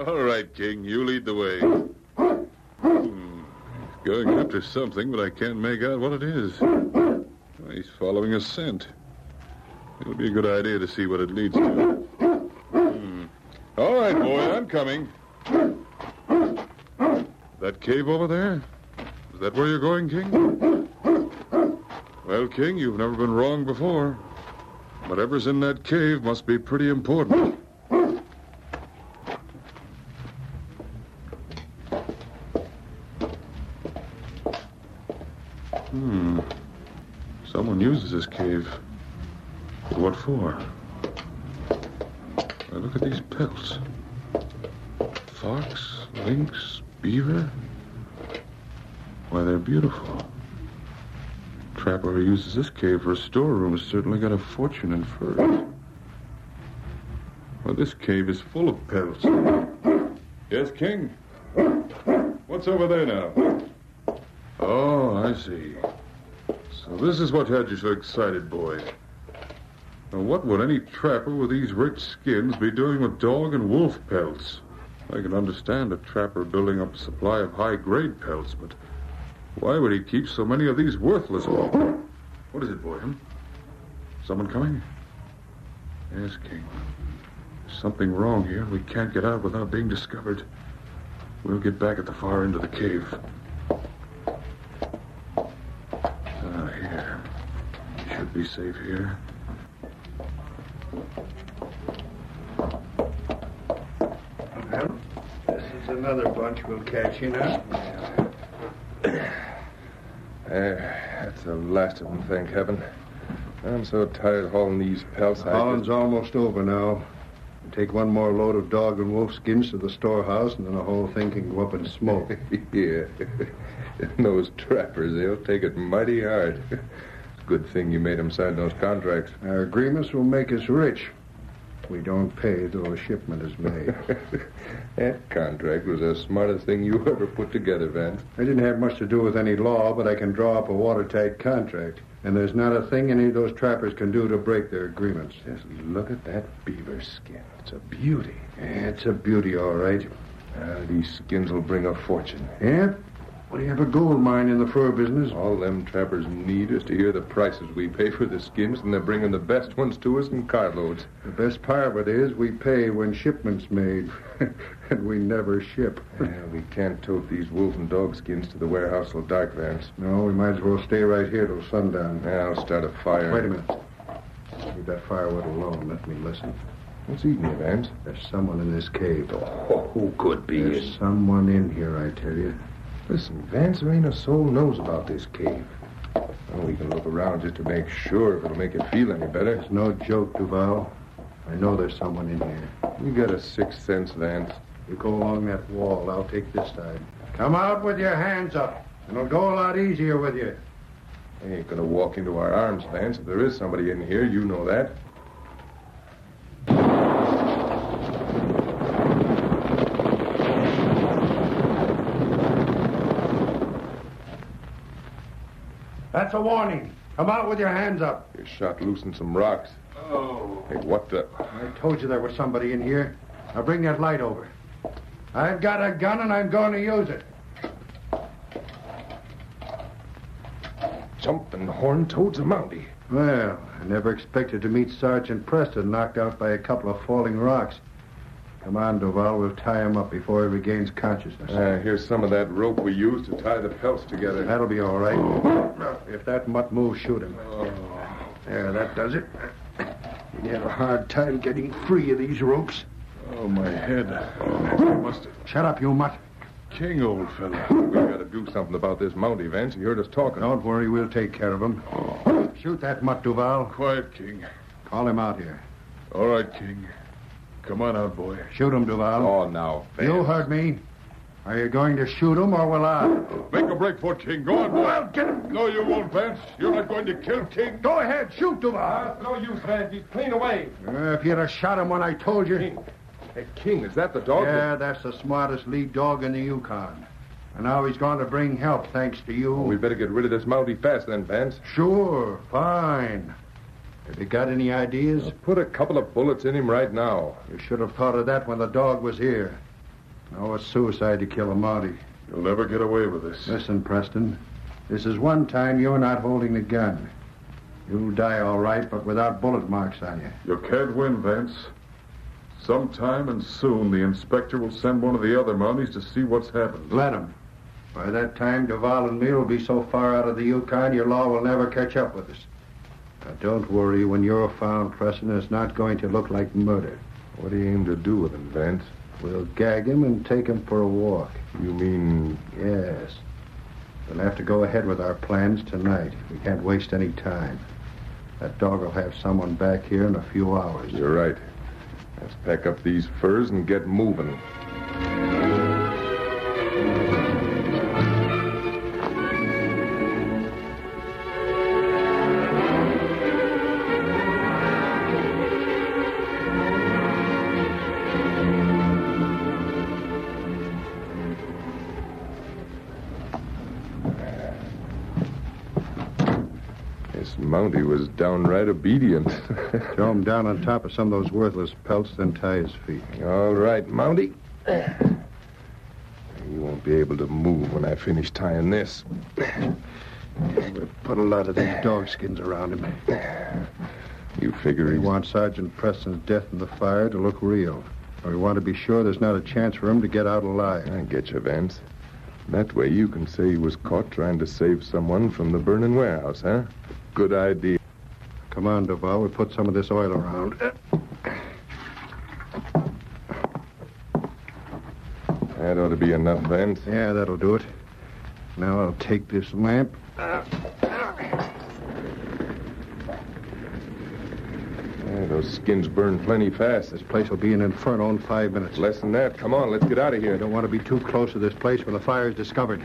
All right, King, you lead the way. Hmm, Going after something, but I can't make out what it is. Well, He's following a scent. It'll be a good idea to see what it leads to. Hmm. All right, boy, I'm coming. That cave over there? Is that where you're going, King? Well, King, you've never been wrong before. Whatever's in that cave must be pretty important. Hmm. Someone uses this cave. But what for? Now look at these pelts. Fox, lynx, beaver. Why, they're beautiful. Trapper who uses this cave for a storeroom has certainly got a fortune in furs. Well, this cave is full of pelts. Yes, King? What's over there now? Oh, I see. So this is what had you so excited, boy. Now, what would any trapper with these rich skins be doing with dog and wolf pelts? I can understand a trapper building up a supply of high-grade pelts, but why would he keep so many of these worthless ones? What is it, boy? hmm? Someone coming? Yes, King. There's something wrong here. We can't get out without being discovered. We'll get back at the far end of the cave. Ah, here. Should be safe here. Well, this is another bunch we'll catch, you know. There. That's the last of them, thank heaven. I'm so tired hauling these pelts. I Holland's almost over now. Take one more load of dog and wolf skins to the storehouse, and then the whole thing can go up in smoke. [laughs] yeah. those trappers, they'll take it mighty hard. Good thing you made 'em sign those contracts. Our agreements will make us rich. We don't pay till a shipment is [laughs] made. That contract was the smartest thing you [laughs] ever put together, Vance. I didn't have much to do with any law, but I can draw up a watertight contract. And there's not a thing any of those trappers can do to break their agreements. Just look at that beaver skin. It's a beauty. it's a beauty, all right. Uh, these skins will bring a fortune. Yeah? What do you have a gold mine in the fur business? All them trappers need is to hear the prices we pay for the skins, and they're bringing the best ones to us in cartloads. The best part of it is we pay when shipment's made, [laughs] and we never ship. Yeah, we can't tote these wolf and dog skins to the warehouse till dark, Vance. No, we might as well stay right here till sundown. Yeah, I'll start a fire. Wait a minute. Leave that firewood alone. Let me listen. What's eating you, Vance? There's someone in this cave. Oh, who could be? There's someone in here, I tell you. Listen, Vance, there ain't a soul knows about this cave. Well, we can look around just to make sure if it'll make you feel any better. It's no joke, Duval. I know there's someone in here. You got a sixth sense, Vance. You go along that wall. I'll take this side. Come out with your hands up. It'll go a lot easier with you. I ain't gonna walk into our arms, Vance. If there is somebody in here, you know that. That's a warning. Come out with your hands up. You shot loose in some rocks. Oh. Hey, what the? I told you there was somebody in here. Now bring that light over. I've got a gun and I'm going to use it. Jumping horn toads of Mounty. Well, I never expected to meet Sergeant Preston knocked out by a couple of falling rocks. Come on, Duval. We'll tie him up before he regains consciousness. Uh, here's some of that rope we used to tie the pelts together. That'll be all right. If that mutt moves, shoot him. Oh. There, that does it. You had a hard time getting free of these ropes. Oh, my head. I must Shut up, you mutt. King, old fella. We gotta do something about this Mounty, Vance. He heard us talking. Don't worry, we'll take care of him. Shoot that mutt, Duval. Quiet, King. Call him out here. All right, King. Come on out, boy. Shoot him, Duval. Oh, now, Vance. You heard me. Are you going to shoot him or will I? Make a break for it, King. Go on, boy. Well, get him. No, you won't, Vance. You're not going to kill King. Go ahead, shoot Duval. No use, Vance. He's clean away. Uh, if you'd have shot him when I told you. Hey, King, is that the dog? Yeah, that's the smartest lead dog in the Yukon. And now he's going to bring help, thanks to you. We'd Oh, better get rid of this Mounty fast then, Vance. Sure, fine. Have you got any ideas? Put a couple of bullets in him right now. You should have thought of that when the dog was here. No, it's suicide to kill a Mountie. You'll never get away with this. Listen, Preston. This is one time you're not holding the gun. You'll die all right, but without bullet marks on you. You can't win, Vance. Sometime and soon the inspector will send one of the other Mounties to see what's happened. Let him. By that time, Duval and me will be so far out of the Yukon, your law will never catch up with us. Now, don't worry. When you're found, Preston, it's not going to look like murder. What do you aim to do with him, Vance? We'll gag him and take him for a walk. You mean Yes. We'll have to go ahead with our plans tonight. We can't waste any time. That dog will have someone back here in a few hours. you're right? Let's pack up these furs and get moving. This Mounty was downright obedient. [laughs] Throw him down on top of some of those worthless pelts, then tie his feet. All right, Mounty. You won't be able to move when I finish tying this. Put a lot of these dog skins around him. You figure We want Sergeant Preston's death in the fire to look real. And we want to be sure there's not a chance for him to get out alive. I get you, Vance. That way you can say he was caught trying to save someone from the burning warehouse, huh? Good idea. Come on, Duval. We put some of this oil around. That ought to be enough, Vance. Yeah, that'll do it. Now I'll take this lamp. Yeah, those skins burn plenty fast. This place will be an inferno in five minutes. Less than that. Come on, let's get out of here. We don't want to be too close to this place when the fire is discovered.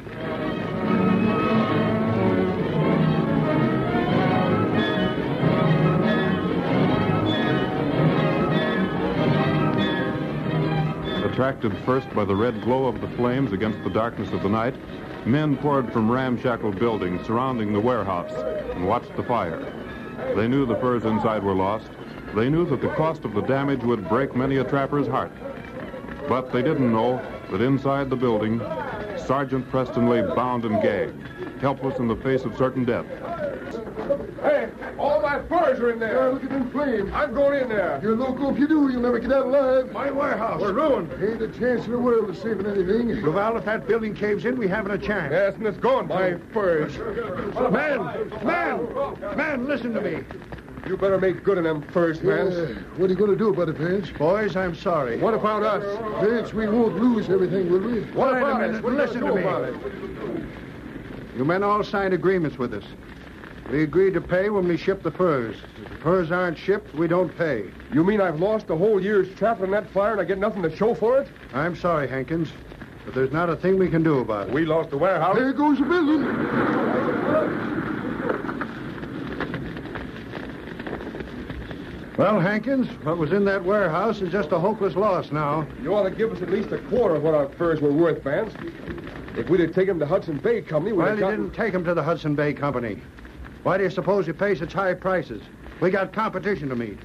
Attracted first by the red glow of the flames against the darkness of the night, men poured from ramshackle buildings surrounding the warehouse and watched the fire. They knew the furs inside were lost. They knew that the cost of the damage would break many a trapper's heart. But they didn't know that inside the building, Sergeant Preston lay bound and gagged, helpless in the face of certain death. Hey, all my furs are in there. look at them flames. I'm going in there. You're loco if you do. You'll never get out alive. My warehouse. We're ruined. Ain't a chance in the world of saving anything. Duval, if that building caves in, we haven't a chance. Yes, and it's gone. My furs. Man, man, man, listen to me. You better make good on them furs, Vance. What are you going to do about it, Vance? Boys, I'm sorry. What about us? Vance, we won't lose everything, will we? What Wait about a it? minute. What are you Listen gonna to do me. about You men all signed agreements with us. We agreed to pay when we ship the furs. If the furs aren't shipped, we don't pay. You mean I've lost a whole year's trap in that fire and I get nothing to show for it? I'm sorry, Hankins, but there's not a thing we can do about it. We lost the warehouse. There goes the building. Well, Hankins, what was in that warehouse is just a hopeless loss now. You ought to give us at least a quarter of what our furs were worth, Vance. If we'd have taken them to Hudson Bay Company, we'd Well, have you gotten... didn't take him to the Hudson Bay Company. Why do you suppose he pays such high prices? We got competition to meet.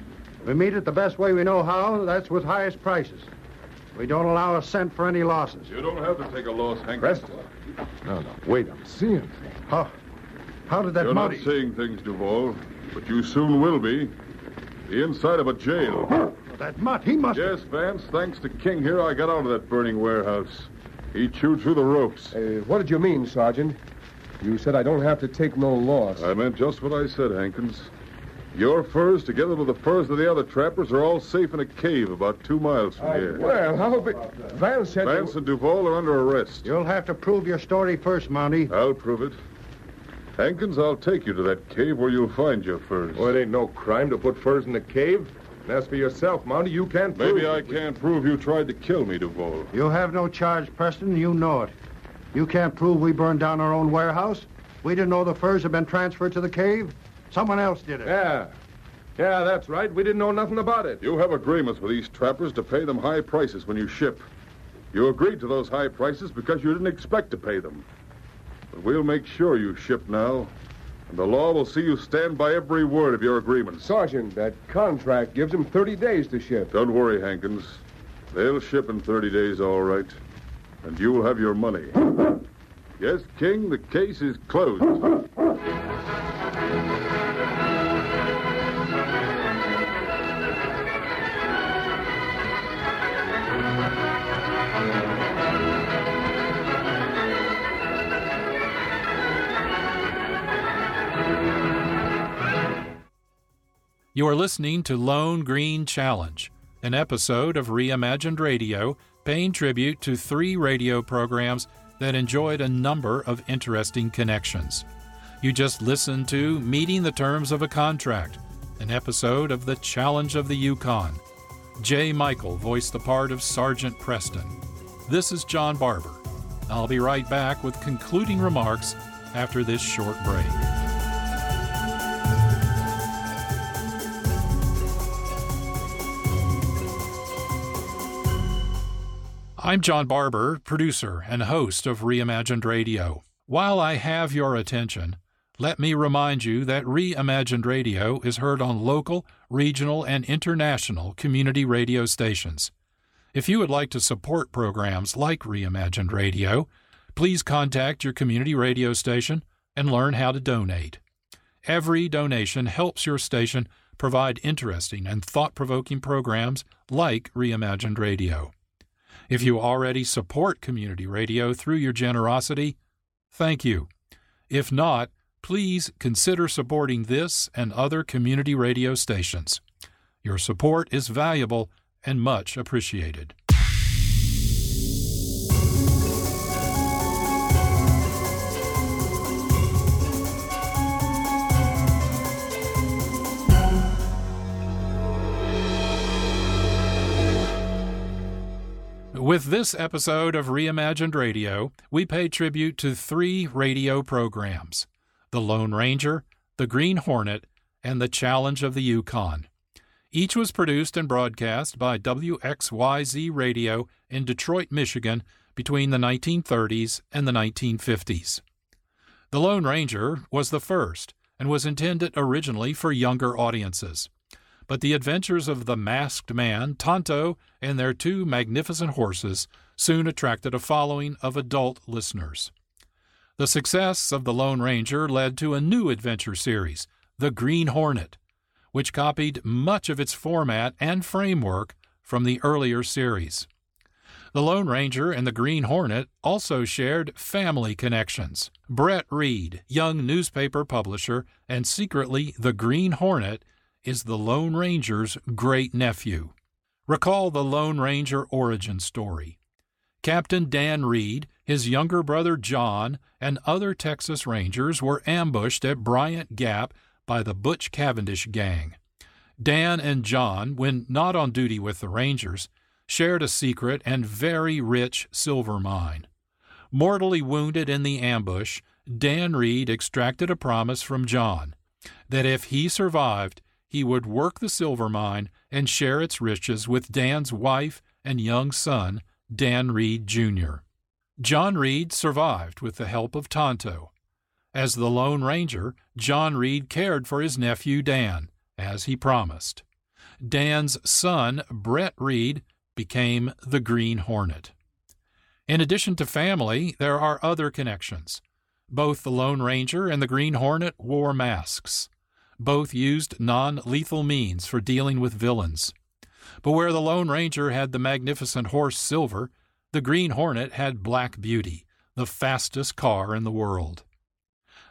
We meet it the best way we know how, that's with highest prices. We don't allow a cent for any losses. You don't have to take a loss, Hank. No, no. Wait, I'm seeing things. How, how did that You're money... not seeing things, Duval, but you soon will be. The inside of a jail. That mutt, he must. Yes, Vance. Thanks to King here, I got out of that burning warehouse. He chewed through the ropes. what did you mean, Sergeant? You said I don't have to take no loss. I meant just what I said, Hankins. Your furs, together with the furs of the other trappers, are all safe in a cave about two miles from here. Well, how big... Vance said Vance and Duval are under arrest. You'll have to prove your story first, Monty. I'll prove it. Hankins, I'll take you to that cave where you'll find your furs. Oh, it ain't no crime to put furs in the cave. And as for yourself, Mounty, you can't prove... Maybe I can't prove you tried to kill me, Duval. You have no charge, Preston. You know it. You can't prove we burned down our own warehouse. We didn't know the furs had been transferred to the cave. Someone else did it. Yeah. Yeah, that's right. We didn't know nothing about it. You have agreements with these trappers to pay them high prices when you ship. You agreed to those high prices because you didn't expect to pay them. But we'll make sure you ship now, and the law will see you stand by every word of your agreements. Sergeant, that contract gives him 30 days to ship. Don't worry, Hankins. They'll ship in 30 days, all right. And you'll have your money. Yes, King, the case is closed. You are listening to Lone Green Challenge, an episode of Reimagined Radio paying tribute to three radio programs that enjoyed a number of interesting connections. You just listened to Meeting the Terms of a Contract, an episode of The Challenge of the Yukon. Jay Michael voiced the part of Sergeant Preston. This is John Barber. I'll be right back with concluding remarks after this short break. I'm John Barber, producer and host of Reimagined Radio. While I have your attention, let me remind you that Reimagined Radio is heard on local, regional, and international community radio stations. If you would like to support programs like Reimagined Radio, please contact your community radio station and learn how to donate. Every donation helps your station provide interesting and thought provoking programs like Reimagined Radio. If you already support community radio through your generosity, thank you. If not, please consider supporting this and other community radio stations. Your support is valuable and much appreciated. With this episode of Reimagined Radio, we pay tribute to three radio programs The Lone Ranger, The Green Hornet, and The Challenge of the Yukon. Each was produced and broadcast by WXYZ Radio in Detroit, Michigan between the 1930s and the 1950s. The Lone Ranger was the first and was intended originally for younger audiences. But the adventures of the masked man, Tonto, and their two magnificent horses soon attracted a following of adult listeners. The success of The Lone Ranger led to a new adventure series, The Green Hornet, which copied much of its format and framework from the earlier series. The Lone Ranger and the Green Hornet also shared family connections. Brett Reed, young newspaper publisher, and secretly the Green Hornet, is the Lone Ranger's great nephew. Recall the Lone Ranger origin story. Captain Dan Reed, his younger brother John, and other Texas Rangers were ambushed at Bryant Gap by the Butch Cavendish gang. Dan and John, when not on duty with the Rangers, shared a secret and very rich silver mine. Mortally wounded in the ambush, Dan Reed extracted a promise from John that if he survived, he would work the silver mine and share its riches with Dan's wife and young son, Dan Reed Jr. John Reed survived with the help of Tonto. As the Lone Ranger, John Reed cared for his nephew Dan, as he promised. Dan's son, Brett Reed, became the Green Hornet. In addition to family, there are other connections. Both the Lone Ranger and the Green Hornet wore masks. Both used non lethal means for dealing with villains. But where the Lone Ranger had the magnificent horse Silver, the Green Hornet had Black Beauty, the fastest car in the world.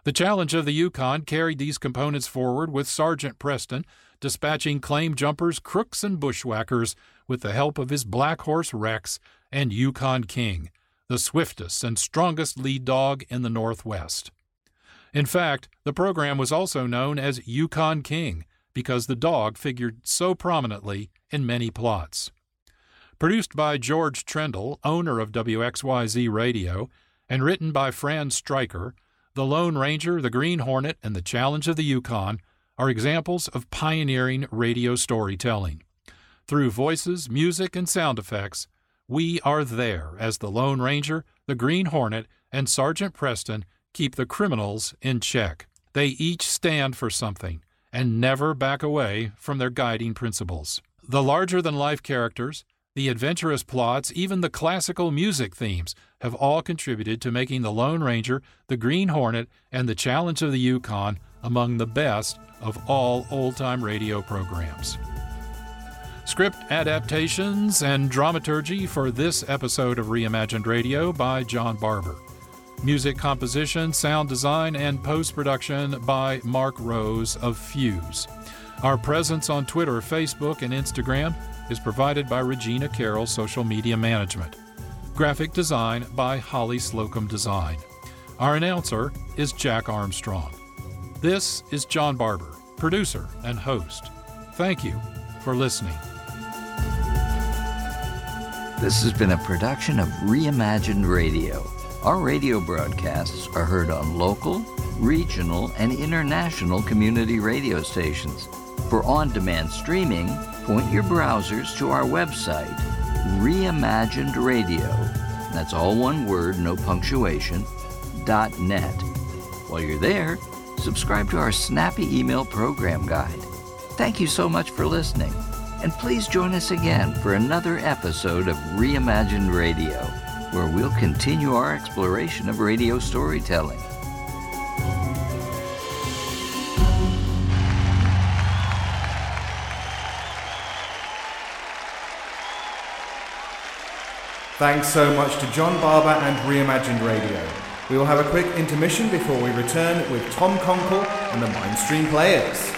The challenge of the Yukon carried these components forward with Sergeant Preston dispatching claim jumpers, crooks, and bushwhackers with the help of his black horse Rex and Yukon King, the swiftest and strongest lead dog in the Northwest. In fact, the program was also known as Yukon King because the dog figured so prominently in many plots. Produced by George Trendle, owner of WXYZ Radio, and written by Fran Stryker, The Lone Ranger, The Green Hornet, and The Challenge of the Yukon are examples of pioneering radio storytelling. Through voices, music, and sound effects, we are there as the Lone Ranger, the Green Hornet, and Sergeant Preston keep the criminals in check. They each stand for something and never back away from their guiding principles. The larger than life characters, the adventurous plots, even the classical music themes have all contributed to making The Lone Ranger, The Green Hornet, and The Challenge of the Yukon among the best of all old time radio programs. Script adaptations and dramaturgy for this episode of Reimagined Radio by John Barber. Music composition, sound design, and post production by Mark Rose of Fuse. Our presence on Twitter, Facebook, and Instagram is provided by Regina Carroll Social Media Management. Graphic design by Holly Slocum Design. Our announcer is Jack Armstrong. This is John Barber, producer and host. Thank you for listening. This has been a production of Reimagined Radio. Our radio broadcasts are heard on local, regional, and international community radio stations. For on demand streaming, point your browsers to our website, Reimagined Radio. That's all one word, no punctuation, dot net. While you're there, subscribe to our snappy email program guide. Thank you so much for listening, and please join us again for another episode of Reimagined Radio, where we'll continue our exploration of radio storytelling. Thanks so much to John Barber and Reimagined Radio. We will have a quick intermission before we return with Tom Conkle and the Mindstream Players.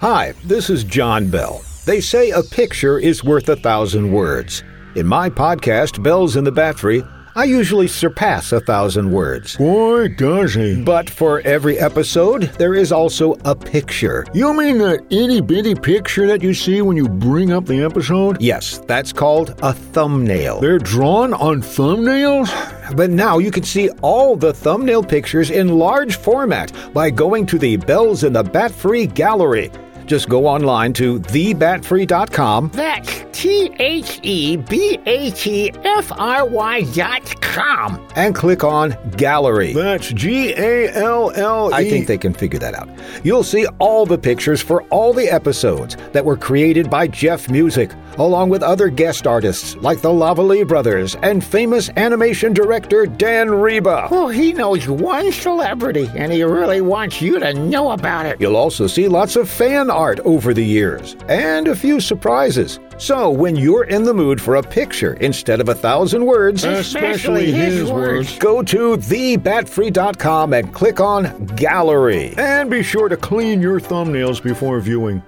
Hi, this is John Bell. They say a picture is worth a thousand words. In my podcast, Bells in the Battery, I usually surpass a thousand words. Boy, does he. But for every episode, there is also a picture. You mean the itty bitty picture that you see when you bring up the episode? Yes, that's called a thumbnail. They're drawn on thumbnails? But now you can see all the thumbnail pictures in large format by going to the Bells in the Bat Free Gallery. Just go online to thebatfree.com. That's T H E B A T F R Y dot com. and click on Gallery. That's G A L L E. I think they can figure that out. You'll see all the pictures for all the episodes that were created by Jeff Music, along with other guest artists like the Lavalley brothers and famous animation director Dan Reba. Oh, he knows one celebrity, and he really wants you to know about it. You'll also see lots of fan art over the years and a few surprises. So, when you're in the mood for a picture instead of a thousand words, Especially his his words. go to thebatfree.com and click on Gallery. And be sure to clean your thumbnails before viewing.